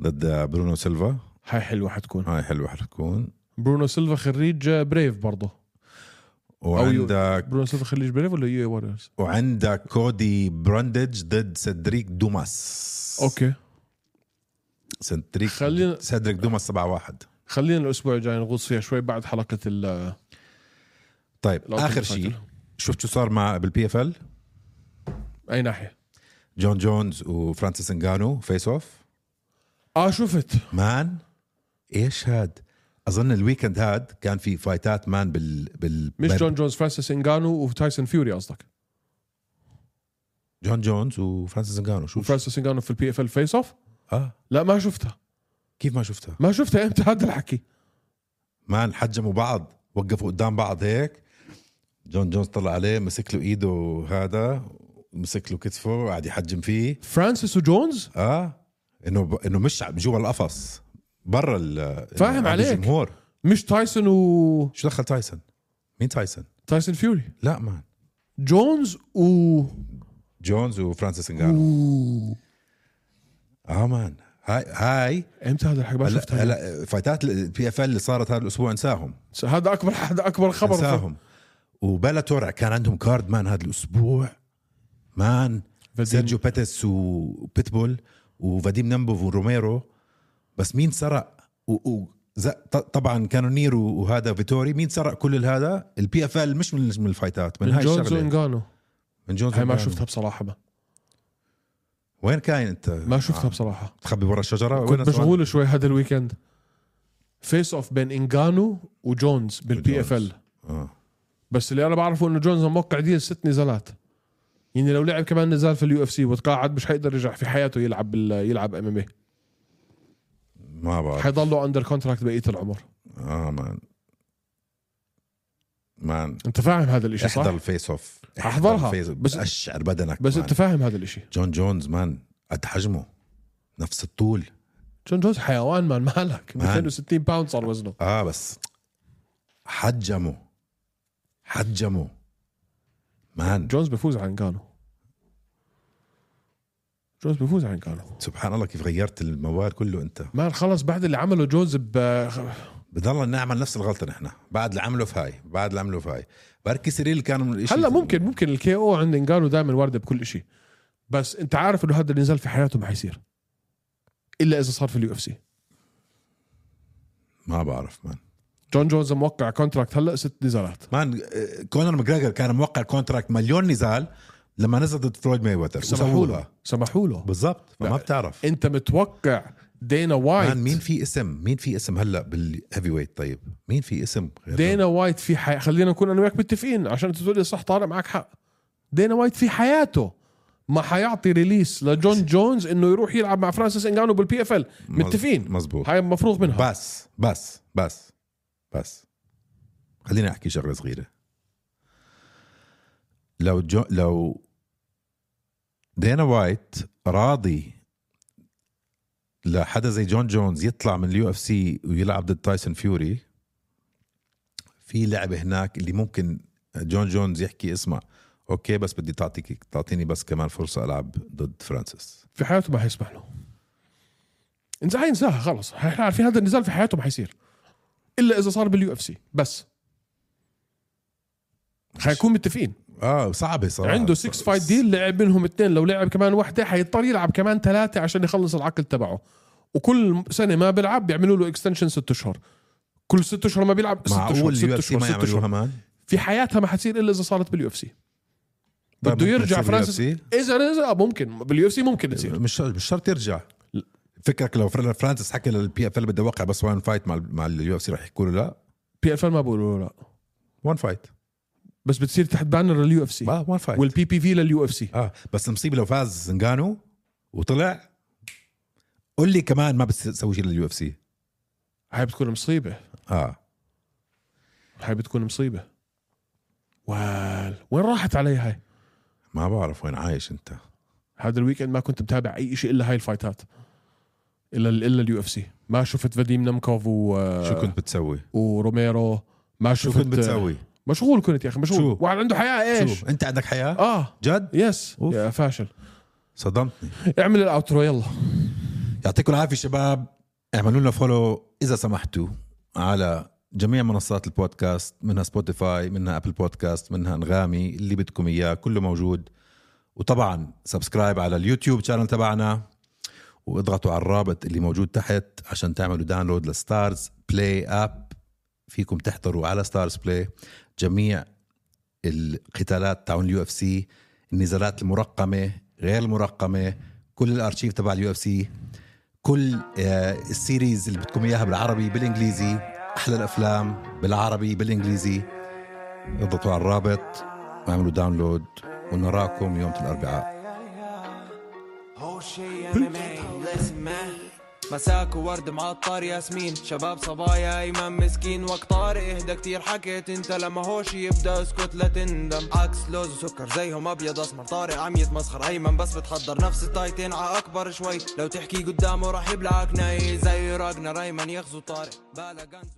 [SPEAKER 1] ضد برونو سيلفا
[SPEAKER 2] هاي حلوه حتكون
[SPEAKER 1] هاي حلوه حتكون
[SPEAKER 2] برونو سيلفا خريج بريف برضه
[SPEAKER 1] وعندك
[SPEAKER 2] برونو سيلفا خريج بريف ولا يو إيه واريورز
[SPEAKER 1] وعندك كودي براندج ضد سدريك دوماس
[SPEAKER 2] اوكي
[SPEAKER 1] سدريك
[SPEAKER 2] خلينا-
[SPEAKER 1] سدريك دوماس 7 1
[SPEAKER 2] خلينا الاسبوع الجاي نغوص فيها شوي بعد حلقه ال
[SPEAKER 1] طيب
[SPEAKER 2] الألتيميت
[SPEAKER 1] اخر
[SPEAKER 2] فايتر.
[SPEAKER 1] شيء شفت شو صار مع بالبي اف ال
[SPEAKER 2] اي ناحيه
[SPEAKER 1] جون جونز وفرانسيس انجانو فيس اوف
[SPEAKER 2] اه شفت
[SPEAKER 1] مان ايش هاد اظن الويكند هاد كان في فايتات مان بال بال
[SPEAKER 2] مش
[SPEAKER 1] بال-
[SPEAKER 2] جون جونز فرانسيس انجانو وتايسون فيوري قصدك
[SPEAKER 1] جون جونز وفرانسيس انجانو شو
[SPEAKER 2] وفرانسيس انجانو في البي اف ال فيس اوف
[SPEAKER 1] اه
[SPEAKER 2] لا ما شفتها
[SPEAKER 1] كيف ما شفتها
[SPEAKER 2] ما شفتها امتى هذا الحكي
[SPEAKER 1] مان حجموا بعض وقفوا قدام بعض هيك جون جونز طلع عليه مسك له ايده هذا مسك له كتفه وقعد يحجم فيه
[SPEAKER 2] فرانسيس وجونز
[SPEAKER 1] اه انه ب... انه مش ع- جوا القفص برا ال
[SPEAKER 2] فاهم
[SPEAKER 1] عند
[SPEAKER 2] عليك.
[SPEAKER 1] الجمهور
[SPEAKER 2] مش تايسون و
[SPEAKER 1] شو دخل تايسون مين تايسون
[SPEAKER 2] تايسون فيوري
[SPEAKER 1] لا مان
[SPEAKER 2] جونز و
[SPEAKER 1] جونز وفرانسيس انجانو
[SPEAKER 2] و-
[SPEAKER 1] اه مان هاي هاي
[SPEAKER 2] امتى هذا الحكي ما
[SPEAKER 1] هلا
[SPEAKER 2] شفتها
[SPEAKER 1] هلا فايتات البي اف ال اللي صارت هذا الاسبوع انساهم
[SPEAKER 2] هذا اكبر هذا اكبر خبر
[SPEAKER 1] انساهم وبلاتورع كان عندهم كارد مان هذا الاسبوع مان
[SPEAKER 2] فاديم-
[SPEAKER 1] سيرجيو بيتس وبيتبول وفاديم نمبوف وروميرو بس مين سرق و... و... ز... ط- طبعا كانونير وهذا فيتوري مين سرق كل هذا البي اف ال مش من من الفايتات من,
[SPEAKER 2] من
[SPEAKER 1] هاي
[SPEAKER 2] جونز
[SPEAKER 1] الشغله
[SPEAKER 2] وانجانو
[SPEAKER 1] من جونز
[SPEAKER 2] هاي ما
[SPEAKER 1] وإنجانو.
[SPEAKER 2] شفتها بصراحه ما
[SPEAKER 1] وين كاين انت
[SPEAKER 2] ما
[SPEAKER 1] آه.
[SPEAKER 2] شفتها بصراحه
[SPEAKER 1] تخبي ورا الشجره وين
[SPEAKER 2] كنت
[SPEAKER 1] أصلاً؟
[SPEAKER 2] مشغول شوي هذا الويكند فيس اوف بين انجانو وجونز بالبي
[SPEAKER 1] وجونز.
[SPEAKER 2] اف ال
[SPEAKER 1] آه.
[SPEAKER 2] بس اللي انا بعرفه انه جونز موقع ديل ست نزالات يعني لو لعب كمان نزال في اليو اف سي وتقاعد مش حيقدر يرجع في حياته يلعب بال... يلعب ام ام اي
[SPEAKER 1] ما بعرف
[SPEAKER 2] حيضله اندر كونتراكت بقيه العمر
[SPEAKER 1] اه مان مان
[SPEAKER 2] انت فاهم هذا الاشي
[SPEAKER 1] احضر
[SPEAKER 2] صح؟
[SPEAKER 1] الفيس اوف احضر
[SPEAKER 2] أحضرها.
[SPEAKER 1] الفيس أوف.
[SPEAKER 2] بس-
[SPEAKER 1] اشعر بدنك
[SPEAKER 2] بس
[SPEAKER 1] مان.
[SPEAKER 2] انت فاهم هذا الاشي
[SPEAKER 1] جون جونز مان قد حجمه نفس الطول
[SPEAKER 2] جون جونز حيوان مان مالك
[SPEAKER 1] مان.
[SPEAKER 2] 260 باوند صار وزنه
[SPEAKER 1] اه بس حجمه حجمه مان
[SPEAKER 2] جونز بفوز عن انجانو جونز بفوز عن انجانو
[SPEAKER 1] سبحان الله كيف غيرت الموال كله انت
[SPEAKER 2] مان خلص بعد اللي عمله جونز ب
[SPEAKER 1] بضلنا نعمل نفس الغلطه نحن بعد اللي عمله في هاي بعد اللي عمله في هاي باركي سيريل كان من الاشي
[SPEAKER 2] هلا ممكن ممكن الكي او عند انجانو دائما وارده بكل شيء بس انت عارف انه هذا النزال في حياته ما حيصير الا اذا صار في اليو اف سي
[SPEAKER 1] ما بعرف مان
[SPEAKER 2] جون جونز موقع كونتراكت هلا ست نزالات
[SPEAKER 1] مان آه، كونر ماجريجر كان موقع كونتراكت مليون نزال لما نزل ضد فلويد ماي ويتر
[SPEAKER 2] سمحوا
[SPEAKER 1] وسووها
[SPEAKER 2] له سمحوا له
[SPEAKER 1] بالضبط
[SPEAKER 2] لا.
[SPEAKER 1] فما بتعرف
[SPEAKER 2] انت متوقع دينا وايت
[SPEAKER 1] مان مين في اسم مين في اسم هلا بالهيفي ويت طيب مين في اسم غير
[SPEAKER 2] دينا وايت في حي... خلينا نكون انا وياك متفقين عشان انت تقول لي صح طارق معك حق دينا وايت في حياته ما حيعطي ريليس لجون جونز انه يروح يلعب مع فرانسيس انجانو بالبي اف ال
[SPEAKER 1] مز-
[SPEAKER 2] متفقين
[SPEAKER 1] مزبوط
[SPEAKER 2] هاي مفروغ منها
[SPEAKER 1] بس بس بس بس خليني احكي شغله صغيره لو جو لو دينا وايت راضي لحدا زي جون جونز يطلع من اليو اف سي ويلعب ضد تايسون فيوري في لعبه هناك اللي ممكن جون جونز يحكي اسمع اوكي بس بدي تعطيك تعطيني بس كمان فرصه العب ضد فرانسيس
[SPEAKER 2] في حياته ما حيسمح له انزع ينساها خلص احنا عارفين هذا النزال في حياته ما حيصير الا اذا صار باليو اف سي بس حيكون متفقين
[SPEAKER 1] اه صعبه صراحه
[SPEAKER 2] عنده 6 فايت ديل لعب منهم اثنين لو لعب كمان واحده حيضطر يلعب كمان ثلاثه عشان يخلص العقد تبعه وكل سنه ما بيلعب بيعملوا له اكستنشن ست اشهر كل ست اشهر ما بيلعب ست اشهر
[SPEAKER 1] معقول اليو
[SPEAKER 2] ست
[SPEAKER 1] اف سي
[SPEAKER 2] اشهر
[SPEAKER 1] ما
[SPEAKER 2] ست اشهر
[SPEAKER 1] يعملوها مان
[SPEAKER 2] في حياتها ما حتصير الا اذا صارت باليو اف سي
[SPEAKER 1] طيب
[SPEAKER 2] بده
[SPEAKER 1] ممكن
[SPEAKER 2] يرجع
[SPEAKER 1] تصير
[SPEAKER 2] فرانسيس
[SPEAKER 1] UFC؟
[SPEAKER 2] اذا اذا آه، ممكن باليو اف سي ممكن تصير
[SPEAKER 1] مش مش شرط يرجع فكرك لو فر- فرانسيس حكى للبي اف ال بده يوقع بس وان فايت مع ال- مع اليو اف سي رح يحكوا له لا
[SPEAKER 2] بي اف ما بقولوا له لا
[SPEAKER 1] وان فايت
[SPEAKER 2] بس بتصير تحت بانر اليو اف سي
[SPEAKER 1] اه وان فايت آه.
[SPEAKER 2] والبي بي في لليو اف سي
[SPEAKER 1] اه بس المصيبه لو فاز زنجانو وطلع قول لي كمان ما بتسوي شيء لليو اف سي
[SPEAKER 2] هاي بتكون مصيبه
[SPEAKER 1] اه
[SPEAKER 2] هاي بتكون مصيبه وال وين راحت علي هاي
[SPEAKER 1] ما بعرف وين عايش انت
[SPEAKER 2] هذا الويكند ما كنت متابع اي شيء الا هاي الفايتات الا الا اليو اف سي ما شفت فاديم نمكوف و...
[SPEAKER 1] شو كنت بتسوي
[SPEAKER 2] وروميرو ما
[SPEAKER 1] شو
[SPEAKER 2] شفت
[SPEAKER 1] كنت بتسوي
[SPEAKER 2] مشغول كنت يا اخي مشغول
[SPEAKER 1] شو؟
[SPEAKER 2] واحد عنده حياه ايش
[SPEAKER 1] شو انت عندك حياه
[SPEAKER 2] اه
[SPEAKER 1] جد
[SPEAKER 2] يس
[SPEAKER 1] أوف.
[SPEAKER 2] يا فاشل
[SPEAKER 1] صدمتني
[SPEAKER 2] اعمل الاوترو يلا
[SPEAKER 1] يعطيكم العافيه شباب اعملوا لنا فولو اذا سمحتوا على جميع منصات البودكاست منها سبوتيفاي منها ابل بودكاست منها انغامي اللي بدكم اياه كله موجود وطبعا سبسكرايب على اليوتيوب شانل تبعنا واضغطوا على الرابط اللي موجود تحت عشان تعملوا داونلود لستارز بلاي اب فيكم تحضروا على ستارز بلاي جميع القتالات تاعون اليو اف سي النزالات المرقمه غير المرقمه كل الارشيف تبع اليو اف سي كل آه، السيريز اللي بدكم اياها بالعربي بالانجليزي احلى الافلام بالعربي بالانجليزي اضغطوا على الرابط واعملوا داونلود ونراكم يوم الاربعاء
[SPEAKER 3] هوشي MMA. Listen, man. مساك وورد معطر ياسمين شباب صبايا ايمن مسكين وقت طارق اهدى كتير حكيت انت لما هوش يبدا اسكت لا تندم عكس لوز وسكر زيهم ابيض اسمر طارق عم يتمسخر ايمن بس بتحضر نفس التايتين ع اكبر شوي لو تحكي قدامه راح يبلعك ناي زي راجنر ايمن يغزو طارق بالا غنز